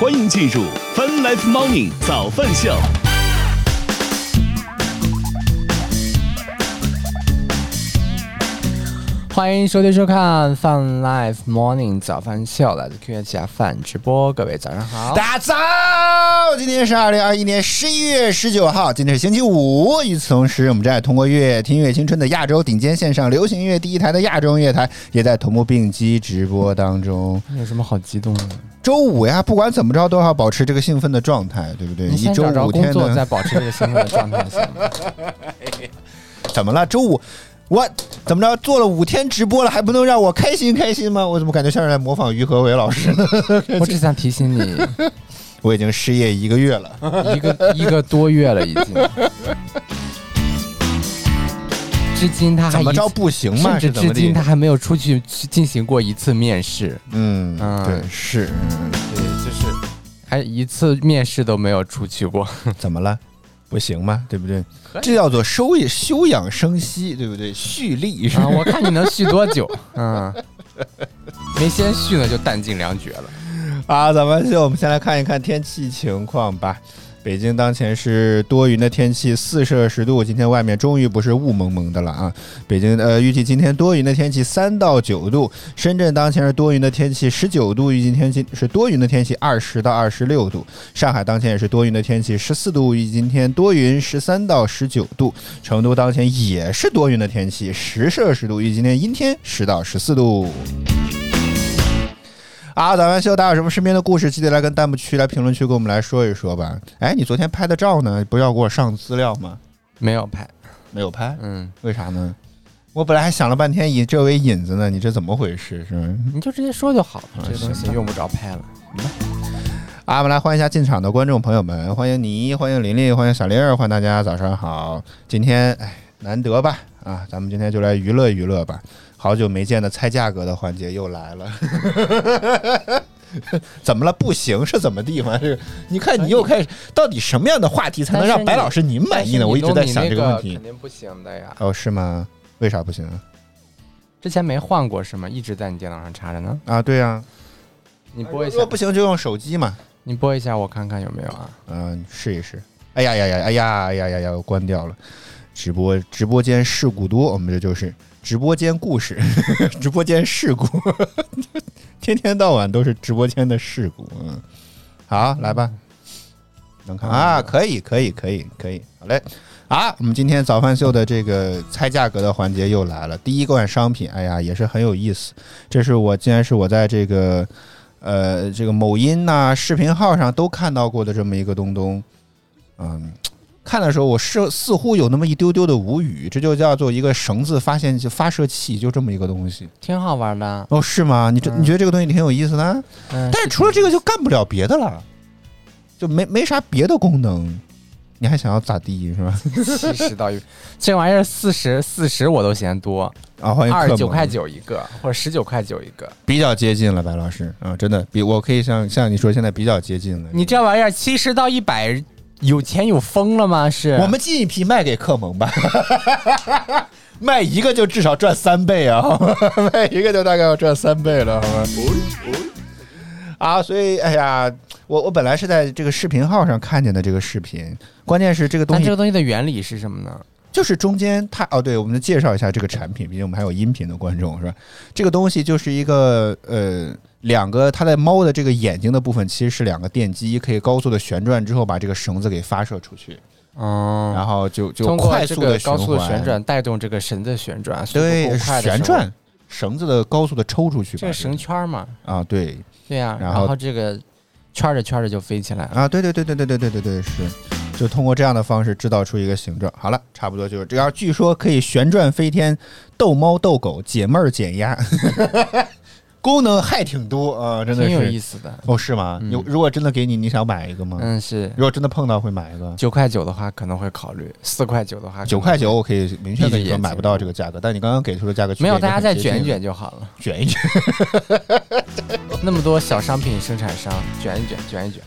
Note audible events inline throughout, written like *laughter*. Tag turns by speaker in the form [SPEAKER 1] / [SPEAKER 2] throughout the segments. [SPEAKER 1] 欢迎进入 Fun Life Morning 早饭秀。
[SPEAKER 2] 欢迎收听收看《Fun Life Morning 早饭秀》，来自 Q 家饭直播。各位早上好，
[SPEAKER 3] 大家早！今天是二零二一年十一月十九号，今天是星期五。与此同时，我们正在通过乐听乐青春的亚洲顶尖线上流行音乐第一台的亚洲音乐台，也在同步并机直播当中。
[SPEAKER 2] 有什么好激动的？
[SPEAKER 3] 周五呀，不管怎么着都要保持这个兴奋的状态，对不对？
[SPEAKER 2] 你
[SPEAKER 3] 一
[SPEAKER 2] 先
[SPEAKER 3] 周
[SPEAKER 2] 找着
[SPEAKER 3] 五
[SPEAKER 2] 工
[SPEAKER 3] 天
[SPEAKER 2] 作，再
[SPEAKER 3] 的
[SPEAKER 2] 保持这个兴奋的状态行吗？
[SPEAKER 3] 怎么了？周五我怎么着做了五天直播了，还不能让我开心开心吗？我怎么感觉像是在模仿于和伟老师呢？ *laughs*
[SPEAKER 2] 我只想提醒你，
[SPEAKER 3] 我已经失业一个
[SPEAKER 2] *laughs*
[SPEAKER 3] 月了。
[SPEAKER 2] 一个一个多月了已经，至今他还
[SPEAKER 3] 怎么
[SPEAKER 2] 一
[SPEAKER 3] 着
[SPEAKER 2] 次
[SPEAKER 3] 不行吗？
[SPEAKER 2] 甚
[SPEAKER 3] 是
[SPEAKER 2] 至
[SPEAKER 3] 怎
[SPEAKER 2] 至
[SPEAKER 3] 么
[SPEAKER 2] 今
[SPEAKER 3] 地
[SPEAKER 2] 他？还没有出去去进行过一次面试，
[SPEAKER 3] 嗯
[SPEAKER 2] 嗯，
[SPEAKER 3] 对，是，
[SPEAKER 2] 对，就是还一次面试都没有出去
[SPEAKER 3] *laughs*
[SPEAKER 2] 过。
[SPEAKER 3] 怎么了？不行吗？对不对？这叫做收益休养生息，对不对？蓄力是吧
[SPEAKER 2] 啊，我看你能续多久？嗯，没先续呢就弹尽粮绝了。
[SPEAKER 3] *laughs* 啊，咱们就我们先来看一看天气情况吧。北京当前是多云的天气，四摄氏度。今天外面终于不是雾蒙蒙的了啊！北京呃，预计今天多云的天气三到九度。深圳当前是多云的天气十九度，预计天气是多云的天气二十到二十六度。上海当前也是多云的天气十四度，预计今天多云十三到十九度。成都当前也是多云的天气十摄氏度，预计今天阴天十到十四度。啊，咱们秀，大家有什么身边的故事，记得来跟弹幕区、来评论区跟我们来说一说吧。哎，你昨天拍的照呢？不要给我上资料吗？
[SPEAKER 2] 没有拍，
[SPEAKER 3] 没有拍，
[SPEAKER 2] 嗯，
[SPEAKER 3] 为啥呢？我本来还想了半天以这为引子呢，你这怎么回事？是吧？
[SPEAKER 2] 你就直接说就好了，这
[SPEAKER 3] 嗯行
[SPEAKER 2] 东西
[SPEAKER 3] 吧
[SPEAKER 2] 用不着拍了。
[SPEAKER 3] 啊，我们来欢迎一下进场的观众朋友们，欢迎你，欢迎琳琳，欢迎小玲儿，欢迎大家，早上好。今天哎，难得吧，啊，咱们今天就来娱乐娱乐吧。好久没见的猜价格的环节又来了， *laughs* 怎么了？不行是怎么地吗？这个你看你又开始，到底什么样的话题才能让白老师您满意呢？我一直在想这
[SPEAKER 2] 个
[SPEAKER 3] 问题
[SPEAKER 2] 肯。定不行的呀。
[SPEAKER 3] 哦，是吗？为啥不行啊？
[SPEAKER 2] 之前没换过是吗？一直在你电脑上插着呢。
[SPEAKER 3] 啊，对呀、
[SPEAKER 2] 你
[SPEAKER 3] 啊，
[SPEAKER 2] 播一
[SPEAKER 3] 如
[SPEAKER 2] 下
[SPEAKER 3] 果，不行就用手机嘛。
[SPEAKER 2] 你播一下，我看看有没有啊？
[SPEAKER 3] 嗯、你试一试。哎呀呀呀，哎呀哎呀呀呀，我关掉了。直播直播间事故多，我们这就是直播间故事， *laughs* 直播间事故， *laughs* 天天到晚都是直播间的事故。嗯，好，来吧，嗯能看啊？可以，可以，可以，可以，好嘞。啊，我们今天早饭秀的这个猜价格的环节又来了。第一罐商品，哎呀，也是很有意思。这是我竟然是我在这个呃这个某音呐、视频号上都看到过的这么一个东东。嗯，看的时候我是似乎有那么一丢丢的无语，这就叫做一个绳子发现发射器，就这么一个东西。
[SPEAKER 2] 挺好玩的。
[SPEAKER 3] 哦，是吗？你这、
[SPEAKER 2] 嗯
[SPEAKER 3] 你觉得这个东西挺有意思的？
[SPEAKER 2] 嗯，
[SPEAKER 3] *laughs* 但是除了这个就干不了别的了，就没没啥别的功能。你还想要咋地是吧？ *laughs*
[SPEAKER 2] 七十到一，这玩意儿四十四十我都嫌多，
[SPEAKER 3] 啊，嗯欢迎
[SPEAKER 2] 二
[SPEAKER 3] 克
[SPEAKER 2] 十
[SPEAKER 3] 蒙
[SPEAKER 2] 九块九一个，或者十九块九一个。
[SPEAKER 3] 比较接近了，白老师啊，真的比我可以像像你说现在比较接近了。
[SPEAKER 2] 你这玩意儿七十到一百，有钱有疯了吗？是
[SPEAKER 3] 我们进一批卖给克蒙吧， *laughs* 卖一个就至少赚三倍啊，好吗 *laughs* 卖一个就大概要赚三倍了，好吗？啊，所以哎呀，我我本来是在这个视频号上看见的这个视频，关键是这个东
[SPEAKER 2] 但这
[SPEAKER 3] 西
[SPEAKER 2] 个东西的原理是什么呢？
[SPEAKER 3] 就是中间它哦，对，我们介绍一下这个产品，毕竟我们还有音频的观众是吧？这个东西就是一个呃，两个它在猫的这个眼睛的部分其实是两个电机，可以高速的旋转之后把这个绳子给发射出去，
[SPEAKER 2] 哦，
[SPEAKER 3] 然后就就
[SPEAKER 2] 通过
[SPEAKER 3] 快
[SPEAKER 2] 这
[SPEAKER 3] 速
[SPEAKER 2] 个
[SPEAKER 3] 的
[SPEAKER 2] 高速的
[SPEAKER 3] 环
[SPEAKER 2] 旋转带动这个绳子旋转，速度够
[SPEAKER 3] 对，
[SPEAKER 2] 快的时候
[SPEAKER 3] 旋转绳子的高速的抽出去吧，
[SPEAKER 2] 这个绳圈嘛，
[SPEAKER 3] 啊，对
[SPEAKER 2] 对呀、
[SPEAKER 3] 然
[SPEAKER 2] 然
[SPEAKER 3] 后
[SPEAKER 2] 这个圈着圈着就飞起来了。
[SPEAKER 3] 啊，对对对对对对对对对是，就通过这样的方式制造出一个形状。好了，差不多就是这样。据说可以旋转飞天，逗猫逗狗，解闷儿减压， *laughs* 功能还挺多啊，真的
[SPEAKER 2] 挺有
[SPEAKER 3] 是
[SPEAKER 2] 意思的，
[SPEAKER 3] 哦，是吗？
[SPEAKER 2] 嗯
[SPEAKER 3] 有如果真的给你，你想买一个吗？
[SPEAKER 2] 嗯，是
[SPEAKER 3] 如果真的碰到会买一个。
[SPEAKER 2] 九块九的话可能会考虑，四块九的话可能
[SPEAKER 3] 九块九，我可以明确
[SPEAKER 2] 闭
[SPEAKER 3] 跟你说
[SPEAKER 2] 着眼睛
[SPEAKER 3] 买不到这个价格，但你刚刚给出的价格
[SPEAKER 2] 嗯没有，
[SPEAKER 3] 区别
[SPEAKER 2] 大
[SPEAKER 3] 已经
[SPEAKER 2] 家
[SPEAKER 3] 很
[SPEAKER 2] 再
[SPEAKER 3] 接
[SPEAKER 2] 卷一
[SPEAKER 3] 近了
[SPEAKER 2] 卷就好了。
[SPEAKER 3] 卷一卷。
[SPEAKER 2] 那么多小商品生产商，卷一卷，卷一卷。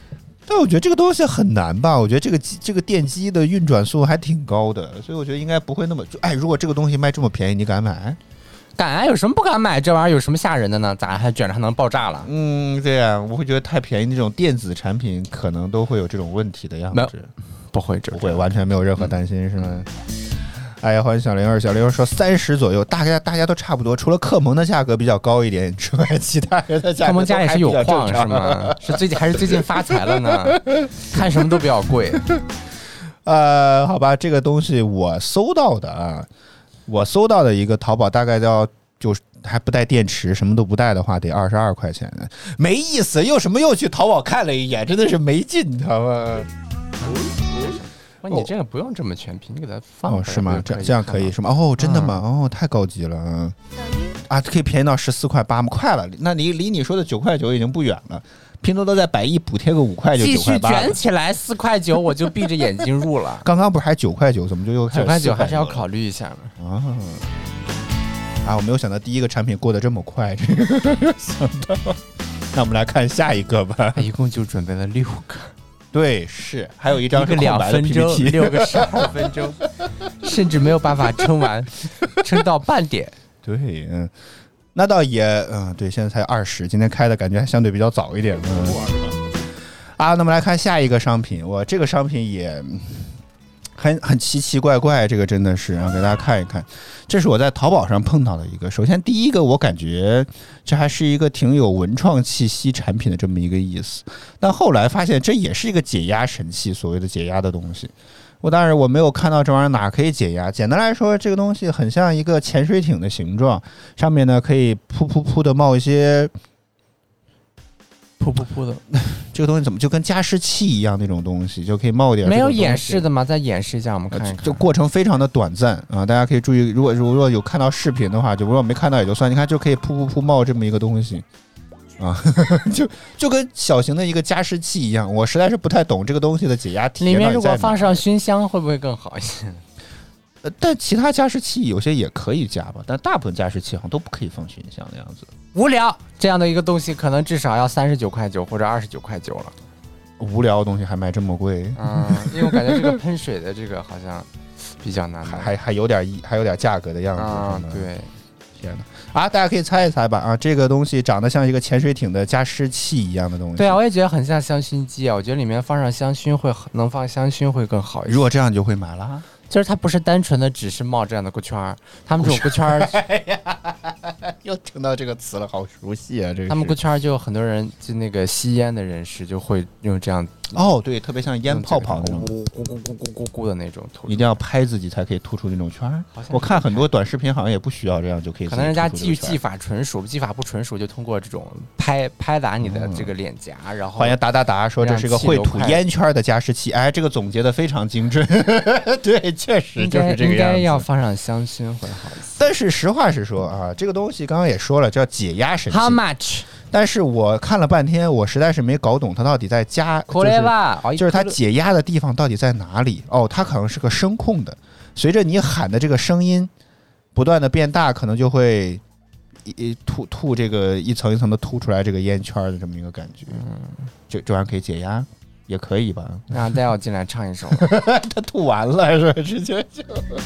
[SPEAKER 3] 但我觉得这个东西很难吧？我觉得这个机这个电机的运转速度还挺高的，所以我觉得应该不会那么就哎，如果这个东西卖这么便宜，你敢买？
[SPEAKER 2] 敢啊，有什么不敢买？这玩意儿有什么吓人的呢？咋还卷着还能爆炸了？
[SPEAKER 3] 嗯，对啊，我会觉得太便宜那种电子产品可能都会有这种问题的样
[SPEAKER 2] 没有
[SPEAKER 3] 子。
[SPEAKER 2] 不会，这
[SPEAKER 3] 不会，完全没有任何担心，是吗？嗯哎呀，欢迎小灵儿，小灵儿说三十左右，大概大家都差不多，除了克蒙的价格比较高一点之外，其他人的价格
[SPEAKER 2] 他们家也是有
[SPEAKER 3] 都还比较
[SPEAKER 2] 矿
[SPEAKER 3] 正
[SPEAKER 2] 是
[SPEAKER 3] 常？ *laughs*
[SPEAKER 2] 吗？是最近还是最近发财了呢？看什么都比较
[SPEAKER 3] *laughs*
[SPEAKER 2] 贵，
[SPEAKER 3] 呃，好吧，这个东西我搜到的啊，我搜到的一个淘宝大概要就是还不带电池，什么都不带的话，得二十二块钱，没意思。又什么又去淘宝看了一眼，真的是没劲，他们。
[SPEAKER 2] 哇你这个不用这么全屏，你给它放回
[SPEAKER 3] 哦，
[SPEAKER 2] 来
[SPEAKER 3] 是
[SPEAKER 2] 不
[SPEAKER 3] 吗？
[SPEAKER 2] 就
[SPEAKER 3] 这这样可以
[SPEAKER 2] 看
[SPEAKER 3] 是吗？哦，真的吗？哦，太高级了嗯啊！可以便宜到十四块八吗？快了，那离离你说的九块九已经不远了。拼多多在百亿补贴个五块
[SPEAKER 2] 吗
[SPEAKER 3] 就
[SPEAKER 2] 继
[SPEAKER 3] 九块
[SPEAKER 2] 续
[SPEAKER 3] 八了。
[SPEAKER 2] 卷。起来，四块九我就闭着眼睛入了
[SPEAKER 3] *laughs* 刚刚不是还九块九，怎么就又开
[SPEAKER 2] 九
[SPEAKER 3] 始
[SPEAKER 2] 块
[SPEAKER 3] 4
[SPEAKER 2] 九还是要
[SPEAKER 3] 了
[SPEAKER 2] 考虑一下嘛。
[SPEAKER 3] 啊啊！我没有想到第一个产品过得这么快，这个想到。那我们来看下一个吧。
[SPEAKER 2] 他一共就准备了六
[SPEAKER 3] *laughs*
[SPEAKER 2] 个，
[SPEAKER 3] 对，是还有一张
[SPEAKER 2] 一
[SPEAKER 3] 是
[SPEAKER 2] 个
[SPEAKER 3] 空
[SPEAKER 2] 两
[SPEAKER 3] 白的
[SPEAKER 2] 分钟，
[SPEAKER 3] PPT。
[SPEAKER 2] 六个十二分
[SPEAKER 3] *laughs*
[SPEAKER 2] 钟，甚至没有办法撑完，撑到半点。
[SPEAKER 3] 对，嗯，那倒也，嗯，对，现在才二十，今天开的感觉还相对比较早一点。嗯、啊，那么来看下一个商品，我这个商品也嗯很很奇奇怪怪，这个真的是，然后给大家看一看，这是我在淘宝上碰到的一个。首先第一个，我感觉这还是一个挺有文创气息产品的这么一个意思，但后来发现这也是一个解压神器，所谓的解压的东西。我当然我没有看到这玩意儿哪可以解压。简单来说，这个东西很像一个潜水艇的形状，上面呢可以噗噗噗的冒一些，
[SPEAKER 2] 噗噗噗的，
[SPEAKER 3] 这个东西怎么就跟加湿器一样那种东西，就可以冒点。
[SPEAKER 2] 没有演示。的吗？再演示一下，我们看一看。
[SPEAKER 3] 这过程非常的短暂啊，大家可以注意，如果如果有看到视频的话，就如果没看到也就算，你看就可以噗噗噗冒这么一个东西啊， *laughs* 就就跟小型的一个加湿器一样，我实在是不太懂这个东西的解压体验
[SPEAKER 2] 里
[SPEAKER 3] 到
[SPEAKER 2] 面
[SPEAKER 3] 底在哪。
[SPEAKER 2] 如果放上熏香，会不会更好一些？
[SPEAKER 3] 呃，但其他加湿器有些也可以加吧，但大部分加湿器好像都不可以放熏香的样子。
[SPEAKER 2] 无聊这样的一个东西，可能至少要三十九块九或者二十九块九了。
[SPEAKER 3] 无聊的东西还卖这么贵，
[SPEAKER 2] 嗯，因为我感觉这个喷水的这个好像比较难
[SPEAKER 3] 还
[SPEAKER 2] 买。
[SPEAKER 3] 还还有点意还有点价格的样子。
[SPEAKER 2] 啊
[SPEAKER 3] 是吗，，
[SPEAKER 2] 对，
[SPEAKER 3] 天哪！啊，大家可以猜一猜吧。啊，这个东西长得像一个潜水艇的加湿器一样的东西。
[SPEAKER 2] 对啊，我也觉得很像香薰机啊。我觉得里面放上香薰会能放香薰会更好一些
[SPEAKER 3] 如。果这样你就会买了啊。
[SPEAKER 2] 就是它不是单纯的只是冒这样的锅圈儿，他们这种锅圈 *laughs* 儿，
[SPEAKER 3] *laughs* 又听到这个词了，好熟悉啊！这个
[SPEAKER 2] 他们锅
[SPEAKER 3] 是
[SPEAKER 2] 圈儿就有很多人就那个吸烟的人士就会用这样
[SPEAKER 3] 哦，对，特别像烟
[SPEAKER 2] 用这
[SPEAKER 3] 泡
[SPEAKER 2] 个
[SPEAKER 3] 泡那种
[SPEAKER 2] 咕，咕咕咕咕咕咕咕的那种吐
[SPEAKER 3] 一。定要拍自己才可以吐出那种圈儿
[SPEAKER 2] 好。像
[SPEAKER 3] 我看很多短视频好像也不需要这样就可以自己吐出这
[SPEAKER 2] 可
[SPEAKER 3] 个圈儿。
[SPEAKER 2] 能人家基于技法纯熟，技法不纯熟就通过这种拍拍打你的这个脸颊，然后
[SPEAKER 3] 欢迎达达达说这是个会吐烟圈的加湿器，哎，这个总结的非常精准， *laughs* 对，确实
[SPEAKER 2] 应
[SPEAKER 3] 就
[SPEAKER 2] 该
[SPEAKER 3] 是这个
[SPEAKER 2] 应该要
[SPEAKER 3] 样子。
[SPEAKER 2] 放上香薰会好一些。
[SPEAKER 3] 但是实话实说啊，这个东西刚刚也说了叫解压神器
[SPEAKER 2] How，much？
[SPEAKER 3] 但是我看了半天，我实在是没搞懂它到底在加，就
[SPEAKER 2] これ
[SPEAKER 3] 是
[SPEAKER 2] は哦
[SPEAKER 3] 就是它解压的地方到底在哪里？哦，它可能是个声控的，随着你喊的这个声音不断的变大，可能就会一一吐吐这个一层一层的吐出来这个烟圈的这么一个感觉。
[SPEAKER 2] 嗯
[SPEAKER 3] 这这玩意儿可以解压，也可以吧？ *laughs*
[SPEAKER 2] 让戴奥进来唱一首。
[SPEAKER 3] 他吐完了是吧？直接就。 *laughs*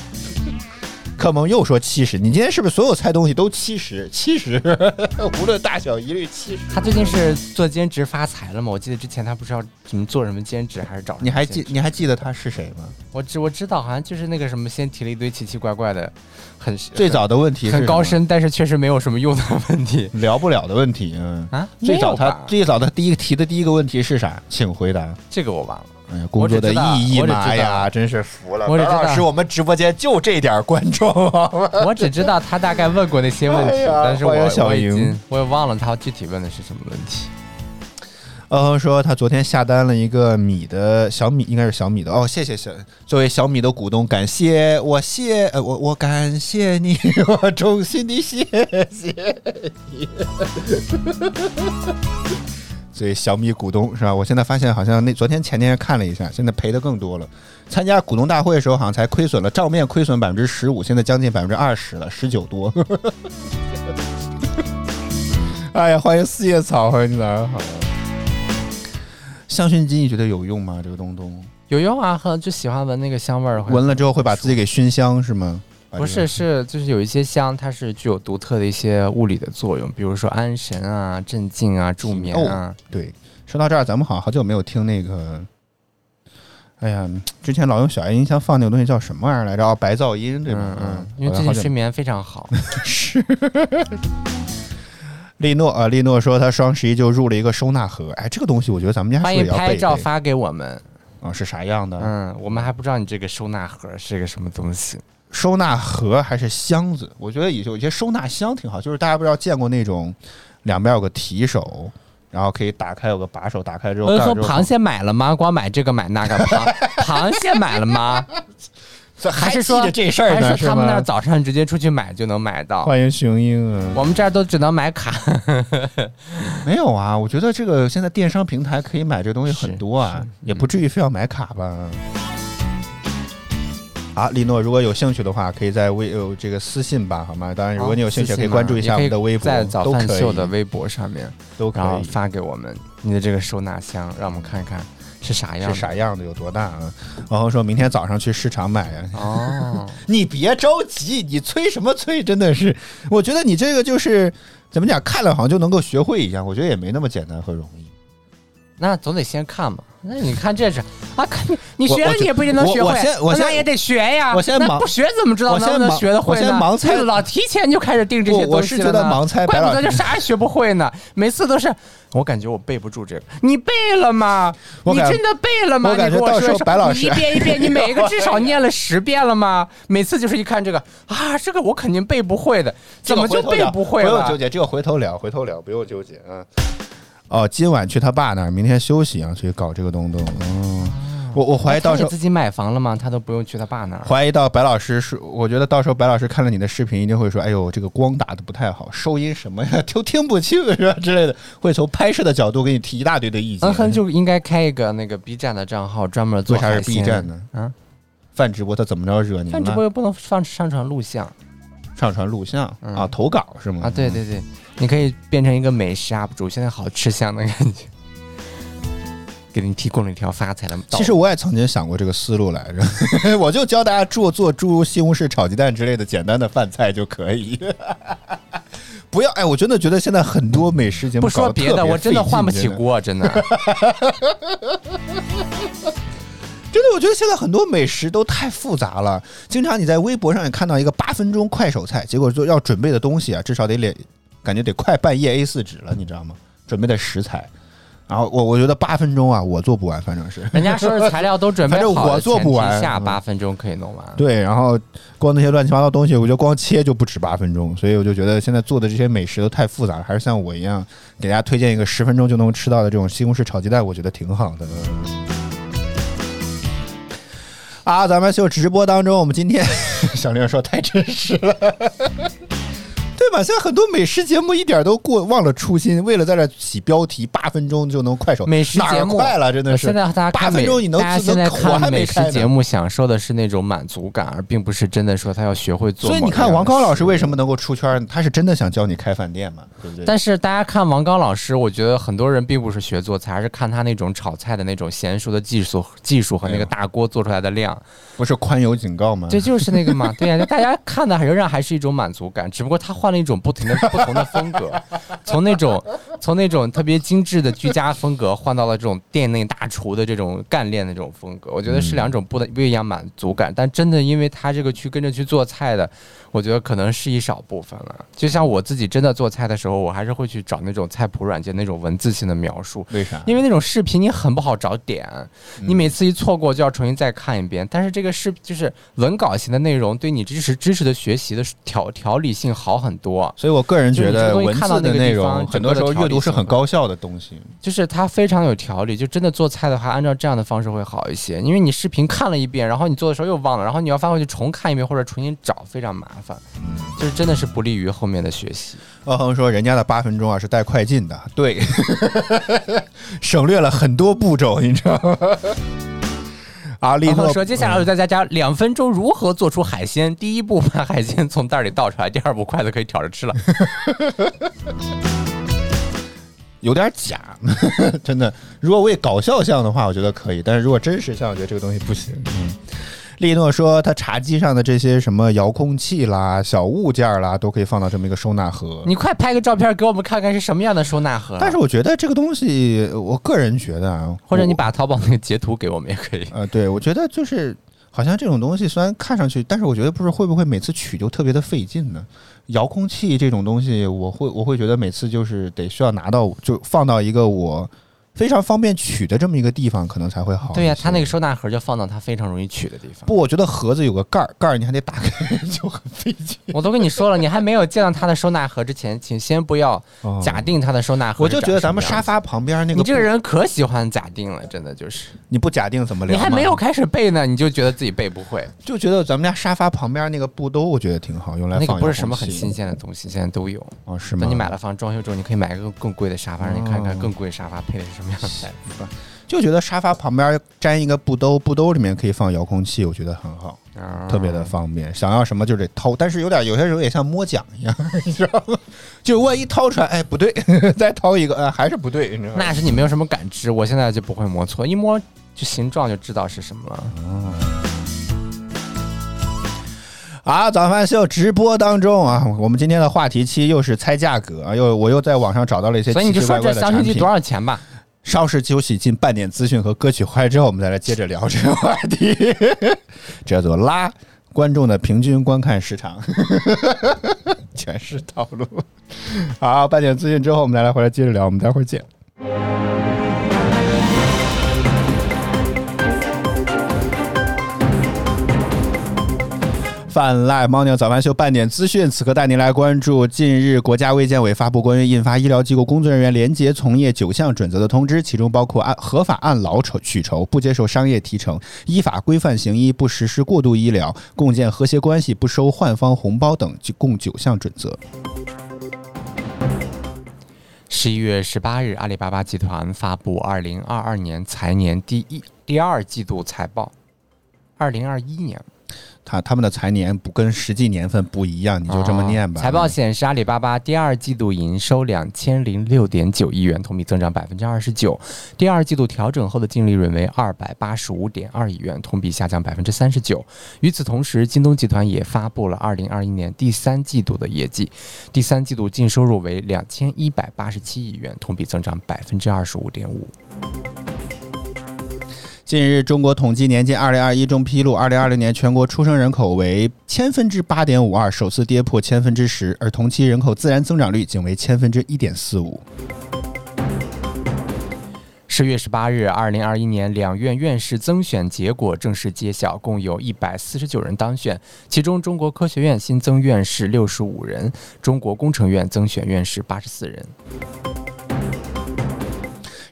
[SPEAKER 3] 克蒙又说七十，你今天是不是所有猜东西都七十？七十， *laughs* 无论大小一律七十。
[SPEAKER 2] 他最近是做兼职发财了嘛？我记得之前他不是要什么做什么兼职，还是找什么
[SPEAKER 3] 你还
[SPEAKER 2] 兼
[SPEAKER 3] 记
[SPEAKER 2] 职
[SPEAKER 3] 你还记得他是谁吗？
[SPEAKER 2] 我知我知道，好像就是那个什么，先提了一堆奇奇怪怪的，很
[SPEAKER 3] 最早的问题是
[SPEAKER 2] 很很高
[SPEAKER 3] 什么
[SPEAKER 2] 深，但是确实没有什么用的问题
[SPEAKER 3] 聊不了的问题，嗯
[SPEAKER 2] 啊。
[SPEAKER 3] 最早
[SPEAKER 2] 没
[SPEAKER 3] 他
[SPEAKER 2] 有吧
[SPEAKER 3] 最早他第一个提的第一个问题是啥？请回答。
[SPEAKER 2] 这个我忘了。
[SPEAKER 3] 哎呀，工作的意义
[SPEAKER 2] 我只知道我
[SPEAKER 3] 嘛，
[SPEAKER 2] 只
[SPEAKER 3] 哎
[SPEAKER 2] 知道
[SPEAKER 3] 呀，真是服了。
[SPEAKER 2] 我只知道
[SPEAKER 3] 白老师，我们直播间就这点观众，好吗？
[SPEAKER 2] 呃我只知道他大概问过那些问
[SPEAKER 3] 哎
[SPEAKER 2] 题，
[SPEAKER 3] 呀
[SPEAKER 2] 但是
[SPEAKER 3] 欢迎
[SPEAKER 2] 我
[SPEAKER 3] 小
[SPEAKER 2] 我已
[SPEAKER 3] 莹
[SPEAKER 2] 经我也忘了他具体问的是什么问题。
[SPEAKER 3] 然后呃说他昨天下单了一个米的小米，应该是小米的哦，谢谢小作为小米的股东，感谢我谢呃我我感谢你， *laughs* 我衷心的谢谢你。所以小米股东是吧？我现在发现好像那昨天前天看了一下，现在赔的更多了。参加股东大会的时候好像才亏损了，账面亏损百分之十五，现在将近百分之二十了，十九多。 *laughs* 哎呀，欢迎四叶草，欢迎你来，好。香薰机你觉得有用吗？这个东东
[SPEAKER 2] 有用啊，很就喜欢闻那个香味儿，会
[SPEAKER 3] 闻了之后会把自己给熏香是吗？把
[SPEAKER 2] 不
[SPEAKER 3] 这
[SPEAKER 2] 是，
[SPEAKER 3] 个
[SPEAKER 2] 是就是有一些香，它是具有独特的一些物理的作用，比如说安神啊、镇静啊、助眠
[SPEAKER 3] 哦
[SPEAKER 2] 啊。
[SPEAKER 3] 对，说到这儿，咱们好像好久没有听那个，哎呀，之前老用小爱音箱放那个东西叫什么玩意儿来着？哦白噪音对吧
[SPEAKER 2] 嗯？嗯，因为
[SPEAKER 3] 好
[SPEAKER 2] 最
[SPEAKER 3] 像
[SPEAKER 2] 近
[SPEAKER 3] 好久
[SPEAKER 2] 睡眠非常
[SPEAKER 3] *laughs*
[SPEAKER 2] 好。
[SPEAKER 3] 是。 *laughs* 利诺啊，利诺说他双十一就入了一个收纳盒。哎，这个东西我觉得咱们家
[SPEAKER 2] 欢
[SPEAKER 3] 是不
[SPEAKER 2] 迎
[SPEAKER 3] 是也要备
[SPEAKER 2] 拍
[SPEAKER 3] 一
[SPEAKER 2] 照
[SPEAKER 3] 备
[SPEAKER 2] 发给我们。
[SPEAKER 3] 啊，是啥样的？
[SPEAKER 2] 嗯，我们还不知道你这个收纳盒是个什么东西。
[SPEAKER 3] 收纳盒还是箱子？我觉得有有些收纳箱挺好，就是大家不知道见过那种两边有个提手，然后可以打开有个把手，打开之后
[SPEAKER 2] 我就呃
[SPEAKER 3] 盖
[SPEAKER 2] 说
[SPEAKER 3] 儿之后
[SPEAKER 2] 螃蟹买了吗？ *laughs* 光买这个买那个，螃螃蟹买了吗？
[SPEAKER 3] 这还
[SPEAKER 2] 还是
[SPEAKER 3] 记
[SPEAKER 2] 说
[SPEAKER 3] 着这事儿
[SPEAKER 2] 还
[SPEAKER 3] 呢？
[SPEAKER 2] 是他们那儿
[SPEAKER 3] 吗？
[SPEAKER 2] 早上直接出去买就能买到？
[SPEAKER 3] 欢迎雄鹰啊！
[SPEAKER 2] 我们这儿都只能买卡。 *laughs*
[SPEAKER 3] 没有啊，我觉得这个现在电商平台可以买这个东西很多啊，也不至于非要买卡吧。啊，利诺，如果有兴趣的话，可以在微呃这个私信吧，好吗？当然，如果你有兴趣，
[SPEAKER 2] 私
[SPEAKER 3] 可
[SPEAKER 2] 信
[SPEAKER 3] 以
[SPEAKER 2] 嘛
[SPEAKER 3] 关注一下我
[SPEAKER 2] 也
[SPEAKER 3] 们
[SPEAKER 2] 可
[SPEAKER 3] 的
[SPEAKER 2] 以
[SPEAKER 3] 微博，
[SPEAKER 2] 在早
[SPEAKER 3] 都
[SPEAKER 2] 饭
[SPEAKER 3] 可
[SPEAKER 2] 秀的
[SPEAKER 3] 以，
[SPEAKER 2] 微博上面，
[SPEAKER 3] 都
[SPEAKER 2] 然
[SPEAKER 3] 可
[SPEAKER 2] 后
[SPEAKER 3] 以。
[SPEAKER 2] 发给我们你的这个收纳箱，让我们看看是啥样
[SPEAKER 3] 是
[SPEAKER 2] 的。
[SPEAKER 3] 啥 *laughs* 样的，有多大啊？然后说明天早上去市场买啊。
[SPEAKER 2] 哦，
[SPEAKER 3] 你别着急，你催什么催？真的是，我觉得你这个就是怎么讲，看了好像就能够学会一样，我觉得也没那么简单和容易。
[SPEAKER 2] 那总得先看嘛。那你看这是啊，看你你
[SPEAKER 3] 我
[SPEAKER 2] 学了
[SPEAKER 3] 我
[SPEAKER 2] 你也不一定能
[SPEAKER 3] 我
[SPEAKER 2] 学
[SPEAKER 3] 我
[SPEAKER 2] 会啊
[SPEAKER 3] 先我，先
[SPEAKER 2] 那也得学呀。
[SPEAKER 3] 我先
[SPEAKER 2] 那
[SPEAKER 3] 盲
[SPEAKER 2] 不学怎么知道
[SPEAKER 3] 我先
[SPEAKER 2] 能不能
[SPEAKER 3] 盲
[SPEAKER 2] 学得
[SPEAKER 3] 我
[SPEAKER 2] 会
[SPEAKER 3] 先
[SPEAKER 2] 呢？
[SPEAKER 3] 盲猜
[SPEAKER 2] 就老提前就开始定这些
[SPEAKER 3] 我我
[SPEAKER 2] 东西
[SPEAKER 3] 是
[SPEAKER 2] 了
[SPEAKER 3] 觉得
[SPEAKER 2] 呢
[SPEAKER 3] 盲猜
[SPEAKER 2] 怪
[SPEAKER 3] 白
[SPEAKER 2] 不
[SPEAKER 3] 老
[SPEAKER 2] 得
[SPEAKER 3] 师
[SPEAKER 2] 就啥也学不会呢。每次都是，我感觉我背不住这个。你背了吗？
[SPEAKER 3] 我
[SPEAKER 2] 你
[SPEAKER 3] 感
[SPEAKER 2] 真的背了吗？
[SPEAKER 3] 我
[SPEAKER 2] 你
[SPEAKER 3] 感
[SPEAKER 2] 跟
[SPEAKER 3] 觉
[SPEAKER 2] 我
[SPEAKER 3] 到时
[SPEAKER 2] 说
[SPEAKER 3] 候
[SPEAKER 2] 一声
[SPEAKER 3] 白老
[SPEAKER 2] 你
[SPEAKER 3] 师
[SPEAKER 2] 一遍一遍，你每一个至少念了十遍了吗？每次就是一看这个啊，这个我肯定背不会的，怎么就背不会
[SPEAKER 3] 不用
[SPEAKER 2] 了
[SPEAKER 3] 纠？结，这个回头聊，回头聊，不用纠结啊。哦，今晚去他爸那儿，明天休息啊，去搞这个东东。嗯，我我怀疑到
[SPEAKER 2] 他
[SPEAKER 3] 时
[SPEAKER 2] 也
[SPEAKER 3] 候
[SPEAKER 2] 自己买房了吗？他都不用去他爸那儿。
[SPEAKER 3] 怀疑到白老师是，我觉得到时候白老师看了你的视频，一定会说：“哎呦，这个光打的不太好，收音什么呀，都听不清是吧？”之类的，会从拍摄的角度给你提一大堆的意见。
[SPEAKER 2] 嗯哼，就应该开一个那个 B 站的账号，专门做
[SPEAKER 3] 为啥是
[SPEAKER 2] 海鲜
[SPEAKER 3] B 站呢？嗯
[SPEAKER 2] 啊，
[SPEAKER 3] 范直播他怎么着惹您
[SPEAKER 2] 但直播
[SPEAKER 3] 了？
[SPEAKER 2] 又不能放上传录像
[SPEAKER 3] 上传录像、
[SPEAKER 2] 嗯
[SPEAKER 3] 啊，投稿是吗？
[SPEAKER 2] 啊。对对对，你可以变成一个美食 UP 主，现在好吃香的感觉，给你提供了一条发财的道路。
[SPEAKER 3] 其实我也曾经想过这个思路来着， *laughs* 我就教大家做做猪西红柿炒鸡蛋之类的简单的饭菜就可以。 *laughs* 不要哎，我真的觉得现在很多美食节目
[SPEAKER 2] 不说
[SPEAKER 3] 搞得
[SPEAKER 2] 别
[SPEAKER 3] 特
[SPEAKER 2] 的，我真的
[SPEAKER 3] 费劲
[SPEAKER 2] 换不起
[SPEAKER 3] 真的
[SPEAKER 2] 锅，真的。
[SPEAKER 3] 真的，我觉得现在很多美食都太复杂了。经常你在微博上也看到一个八分钟快手菜，结果就要准备的东西啊，至少得脸，感觉得快半页 A 四纸了，你知道吗？准备的食材，然后我我觉得八分钟啊，我做不完，反正是。
[SPEAKER 2] 人家说是材料都准备好了，
[SPEAKER 3] 反正我做不完
[SPEAKER 2] 前提下
[SPEAKER 3] 嗯
[SPEAKER 2] 八分钟可以弄完。
[SPEAKER 3] 对，然后光那些乱七八糟东西，我觉得光切就不止八分钟，所以我就觉得现在做的这些美食都太复杂了，还是像我一样给大家推荐一个十分钟就能吃到的这种西红柿炒鸡蛋，我觉得挺好的。啊，咱们秀直播当中，我们今天 *laughs* 小玲说太真实了， *laughs* 对吧？现在很多美食节目一点都过忘了初心，为了在这起标题，八分钟就能快手
[SPEAKER 2] 美食
[SPEAKER 3] 哪儿
[SPEAKER 2] 节目
[SPEAKER 3] 快了，真的是
[SPEAKER 2] 现在大家
[SPEAKER 3] 八
[SPEAKER 2] 看
[SPEAKER 3] 分
[SPEAKER 2] 美，
[SPEAKER 3] 钟你能
[SPEAKER 2] 大家
[SPEAKER 3] 自能
[SPEAKER 2] 现在
[SPEAKER 3] 我还
[SPEAKER 2] 看
[SPEAKER 3] 没
[SPEAKER 2] 美
[SPEAKER 3] 开
[SPEAKER 2] 食
[SPEAKER 3] 呢
[SPEAKER 2] 节目，享受的是那种满足感，而并不是真的说他要学会做。
[SPEAKER 3] 所以你看王刚老师为什么？能够出圈儿？他是真的想教你开饭店嘛，对不对？
[SPEAKER 2] 但是大家看王刚老师，我觉得很多人并不是学做菜，而是看他那种炒菜的那种娴熟的技术、技术和那
[SPEAKER 3] 哎呦
[SPEAKER 2] 个大锅做出来的量。
[SPEAKER 3] 不是宽油警告吗？
[SPEAKER 2] 这就是那个嘛，对呀、就大家看的仍然还是一种满足感，只不过他换了一种不同的不同的风格，从那种从那种特别精致的居家风格，换到了这种店内大厨的这种干练的这种风格，我觉得是两种不不一样满足感。但真的，因为他这个去跟着去做菜的，我觉得可能是一少部分了。就像我自己真的做菜的时候，我还是会去找那种菜谱软件那种文字性的描述，
[SPEAKER 3] 为啥？
[SPEAKER 2] 因为那种视频你很不好找点，你每次一错过就要重新再看一遍。但是这个视就是文稿型的内容，对你知识知识的学习的条条理性好很多，
[SPEAKER 3] 所以我个人觉得文字的
[SPEAKER 2] 就是
[SPEAKER 3] 内容
[SPEAKER 2] 你这个东西看到那个地方
[SPEAKER 3] 很多时候阅读是很高效的东西。
[SPEAKER 2] 就是它非常有条理。就真的做菜的话，按照这样的方式会好一些，因为你视频看了一遍，然后你做的时候又忘了，然后你要翻回去重看一遍或者重新找，非常麻烦，就是真的是不利于后面的学习。
[SPEAKER 3] 奥恒说人家的八分钟啊是带快进的，对， *laughs* 省略了很多步骤，你知道吗？ *laughs* 阿利
[SPEAKER 2] 然
[SPEAKER 3] 诺
[SPEAKER 2] 后说，接下来我就在家家两分钟如何做出海鲜。第一步把海鲜从袋里倒出来，第二步筷子可以挑着吃了。
[SPEAKER 3] 有点假， *laughs* 真的。如果为搞笑像的话，我觉得可以；但是如果真实像，我觉得这个东西不行。嗯，利诺说，他茶几上的这些什么遥控器啦、小物件啦，都可以放到这么一个收纳盒。
[SPEAKER 2] 你快拍个照片给我们看看是什么样的收纳盒，啊
[SPEAKER 3] 但是我觉得这个东西，我个人觉得啊，
[SPEAKER 2] 或者你
[SPEAKER 3] 我
[SPEAKER 2] 把淘宝那个截图给我们也可以。
[SPEAKER 3] 呃，对我觉得就是好像这种东西虽然看上去，但是我觉得不是会不会每次取就特别的费劲呢？遥控器这种东西，我会我会觉得每次就是得需要拿到就放到一个我非常方便取的这么一个地方，可能才会好。
[SPEAKER 2] 对呀、它那
[SPEAKER 3] 个。
[SPEAKER 2] 个收纳盒就放到它非常容易取的地方。
[SPEAKER 3] 不，我觉得盒子有个盖儿，盖儿你还得打开， *laughs* 就很费劲。
[SPEAKER 2] 我都跟你说了，你还没有见到它的收纳盒之前，请先不要假定它的收纳盒
[SPEAKER 3] 我
[SPEAKER 2] 是
[SPEAKER 3] 就
[SPEAKER 2] 长什
[SPEAKER 3] 觉
[SPEAKER 2] 么样子。
[SPEAKER 3] 得咱们沙发旁边那个，
[SPEAKER 2] 你这个，人可喜欢假定了，真的就是，
[SPEAKER 3] 你不假定怎么聊
[SPEAKER 2] 你
[SPEAKER 3] 吗？
[SPEAKER 2] 还没有开始背呢，你就觉得自己背不会。
[SPEAKER 3] 就觉得咱们家沙发旁边那个布兜，我觉得挺好，用来
[SPEAKER 2] 那
[SPEAKER 3] 放
[SPEAKER 2] 个不
[SPEAKER 3] 遥
[SPEAKER 2] 是什
[SPEAKER 3] 控
[SPEAKER 2] 么很
[SPEAKER 3] 器
[SPEAKER 2] 新鲜的东西，现在都有。
[SPEAKER 3] 哦，是吗？
[SPEAKER 2] 等你买了房装修之后，你可以买一个更贵的沙发，让你看看
[SPEAKER 3] 哦
[SPEAKER 2] 更贵的沙发配的是什么样的。
[SPEAKER 3] 就觉得沙发旁边粘一个布兜，布兜里面可以放遥控器，我觉得很好，
[SPEAKER 2] 啊
[SPEAKER 3] 特别的方便。想要什么就得掏，但是有点有些时候也像摸奖一样， *laughs* 你知道吗？就万一掏出来，哎，不对， *laughs* 再掏一个，呃，还是不对，你知道
[SPEAKER 2] *laughs*
[SPEAKER 3] 吗？
[SPEAKER 2] 那是你没有什么感知，我现在就不会摸错，一摸就形状就知道是什么了。
[SPEAKER 3] 啊，早饭秀直播当中啊，我们今天的话题期又是猜价格啊，又我又在网上找到了一些
[SPEAKER 2] 所以你
[SPEAKER 3] 奇
[SPEAKER 2] 就
[SPEAKER 3] 奇
[SPEAKER 2] 说这
[SPEAKER 3] 怪怪的
[SPEAKER 2] 香
[SPEAKER 3] 产
[SPEAKER 2] 薰机
[SPEAKER 3] 品
[SPEAKER 2] 多。少钱吧？
[SPEAKER 3] 稍事休息，进半点资讯和歌曲回来之后，我们再来接着聊这个话题， *laughs* 这叫做拉观众的平均观看时长， *laughs* 全是套路。好，半点资讯之后，我们再来回来接着聊，我们待会儿见。泛滥猫鸟早饭秀半点资讯，此刻带您来关注近日国家卫健委发布关于印发医疗机构工作人员廉洁从业九项准则的通知，其中包括按合法按劳酬取酬，不接受商业提成，依法规范行医，不实施过度医疗，共建和谐关系，不收换方红包等，共九项准则。
[SPEAKER 2] 十一月十八日，阿里巴巴集团发布二零二二年财年第一第二季度财报。二零二一年，
[SPEAKER 3] 他他们的财年不跟实际年份不一样，你就这么念
[SPEAKER 2] 啊
[SPEAKER 3] 吧。
[SPEAKER 2] 财报显示，阿里巴巴第二季度营收两千零六点九亿元，同比增长百分之二十九；第二季度调整后的净利润为二百八十五点二亿元，同比下降百分之三十九。与此同时，京东集团也发布了二零二一年第三季度的业绩，第三季度净收入为两千一百八十七亿元，同比增长百分之二十五点五。
[SPEAKER 3] 近日，中国统计年鉴二零二一中披露，二零二零年全国出生人口为千分之八点五二，首次跌破千分之十，而同期人口自然增长率仅为千分之一点四五。
[SPEAKER 2] 十月十八日，二零二一年两院院士增选结果正式揭晓，共有一百四十九人当选，其中中国科学院新增院士六十五人，中国工程院增选院士八十四人。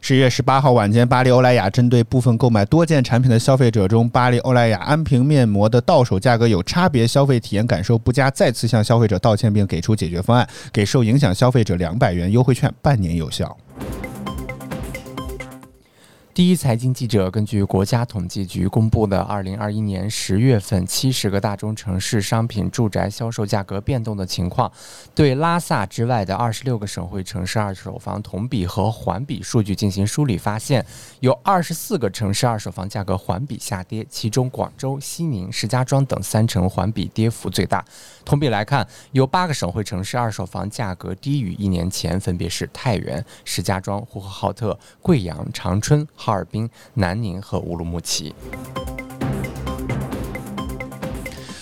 [SPEAKER 3] 十月十八号晚间，巴黎欧莱雅针对部分购买多件产品的消费者中，巴黎欧莱雅安瓶面膜的到手价格有差别，消费体验感受不佳，再次向消费者道歉并给出解决方案，给受影响消费者两百元优惠券，半年有效。
[SPEAKER 2] 第一财经记者根据国家统计局公布的二零二一年十月份七十个大中城市商品住宅销售价格变动的情况，对拉萨之外的二十六个省会城市二手房同比和环比数据进行梳理，发现有二十四个城市二手房价格环比下跌，其中广州、西宁、石家庄等三城环比跌幅最大。同比来看，有八个省会城市二手房价格低于一年前，分别是太原、石家庄、呼和浩特、贵阳、长春、哈尔滨、南宁和乌鲁木齐。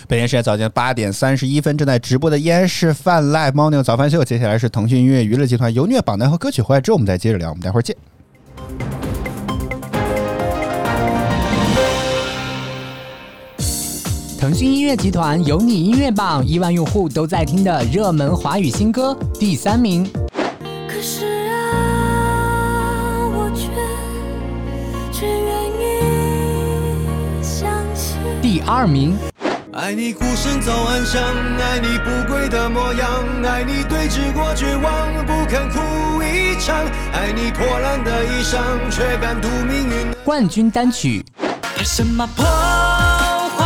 [SPEAKER 3] 北京时间早间八点三十一分，正在直播的依然是泛滥猫牛早饭秀。接下来是腾讯音乐娱乐集团游虐榜单和歌曲回来之后，我们再接着聊。我们待会儿见。
[SPEAKER 4] 腾讯音乐集团有你音乐榜，亿万用户都在听的热门华语新歌，第三名。
[SPEAKER 5] 可是啊，我却却愿意相信。
[SPEAKER 4] 第二名，
[SPEAKER 6] 爱你孤身走暗巷，爱你不跪的模样，爱你对峙过绝望，不肯哭一场，爱你破烂的衣裳，却敢赌命运。
[SPEAKER 4] 冠军单曲，
[SPEAKER 7] 凭什么破坏？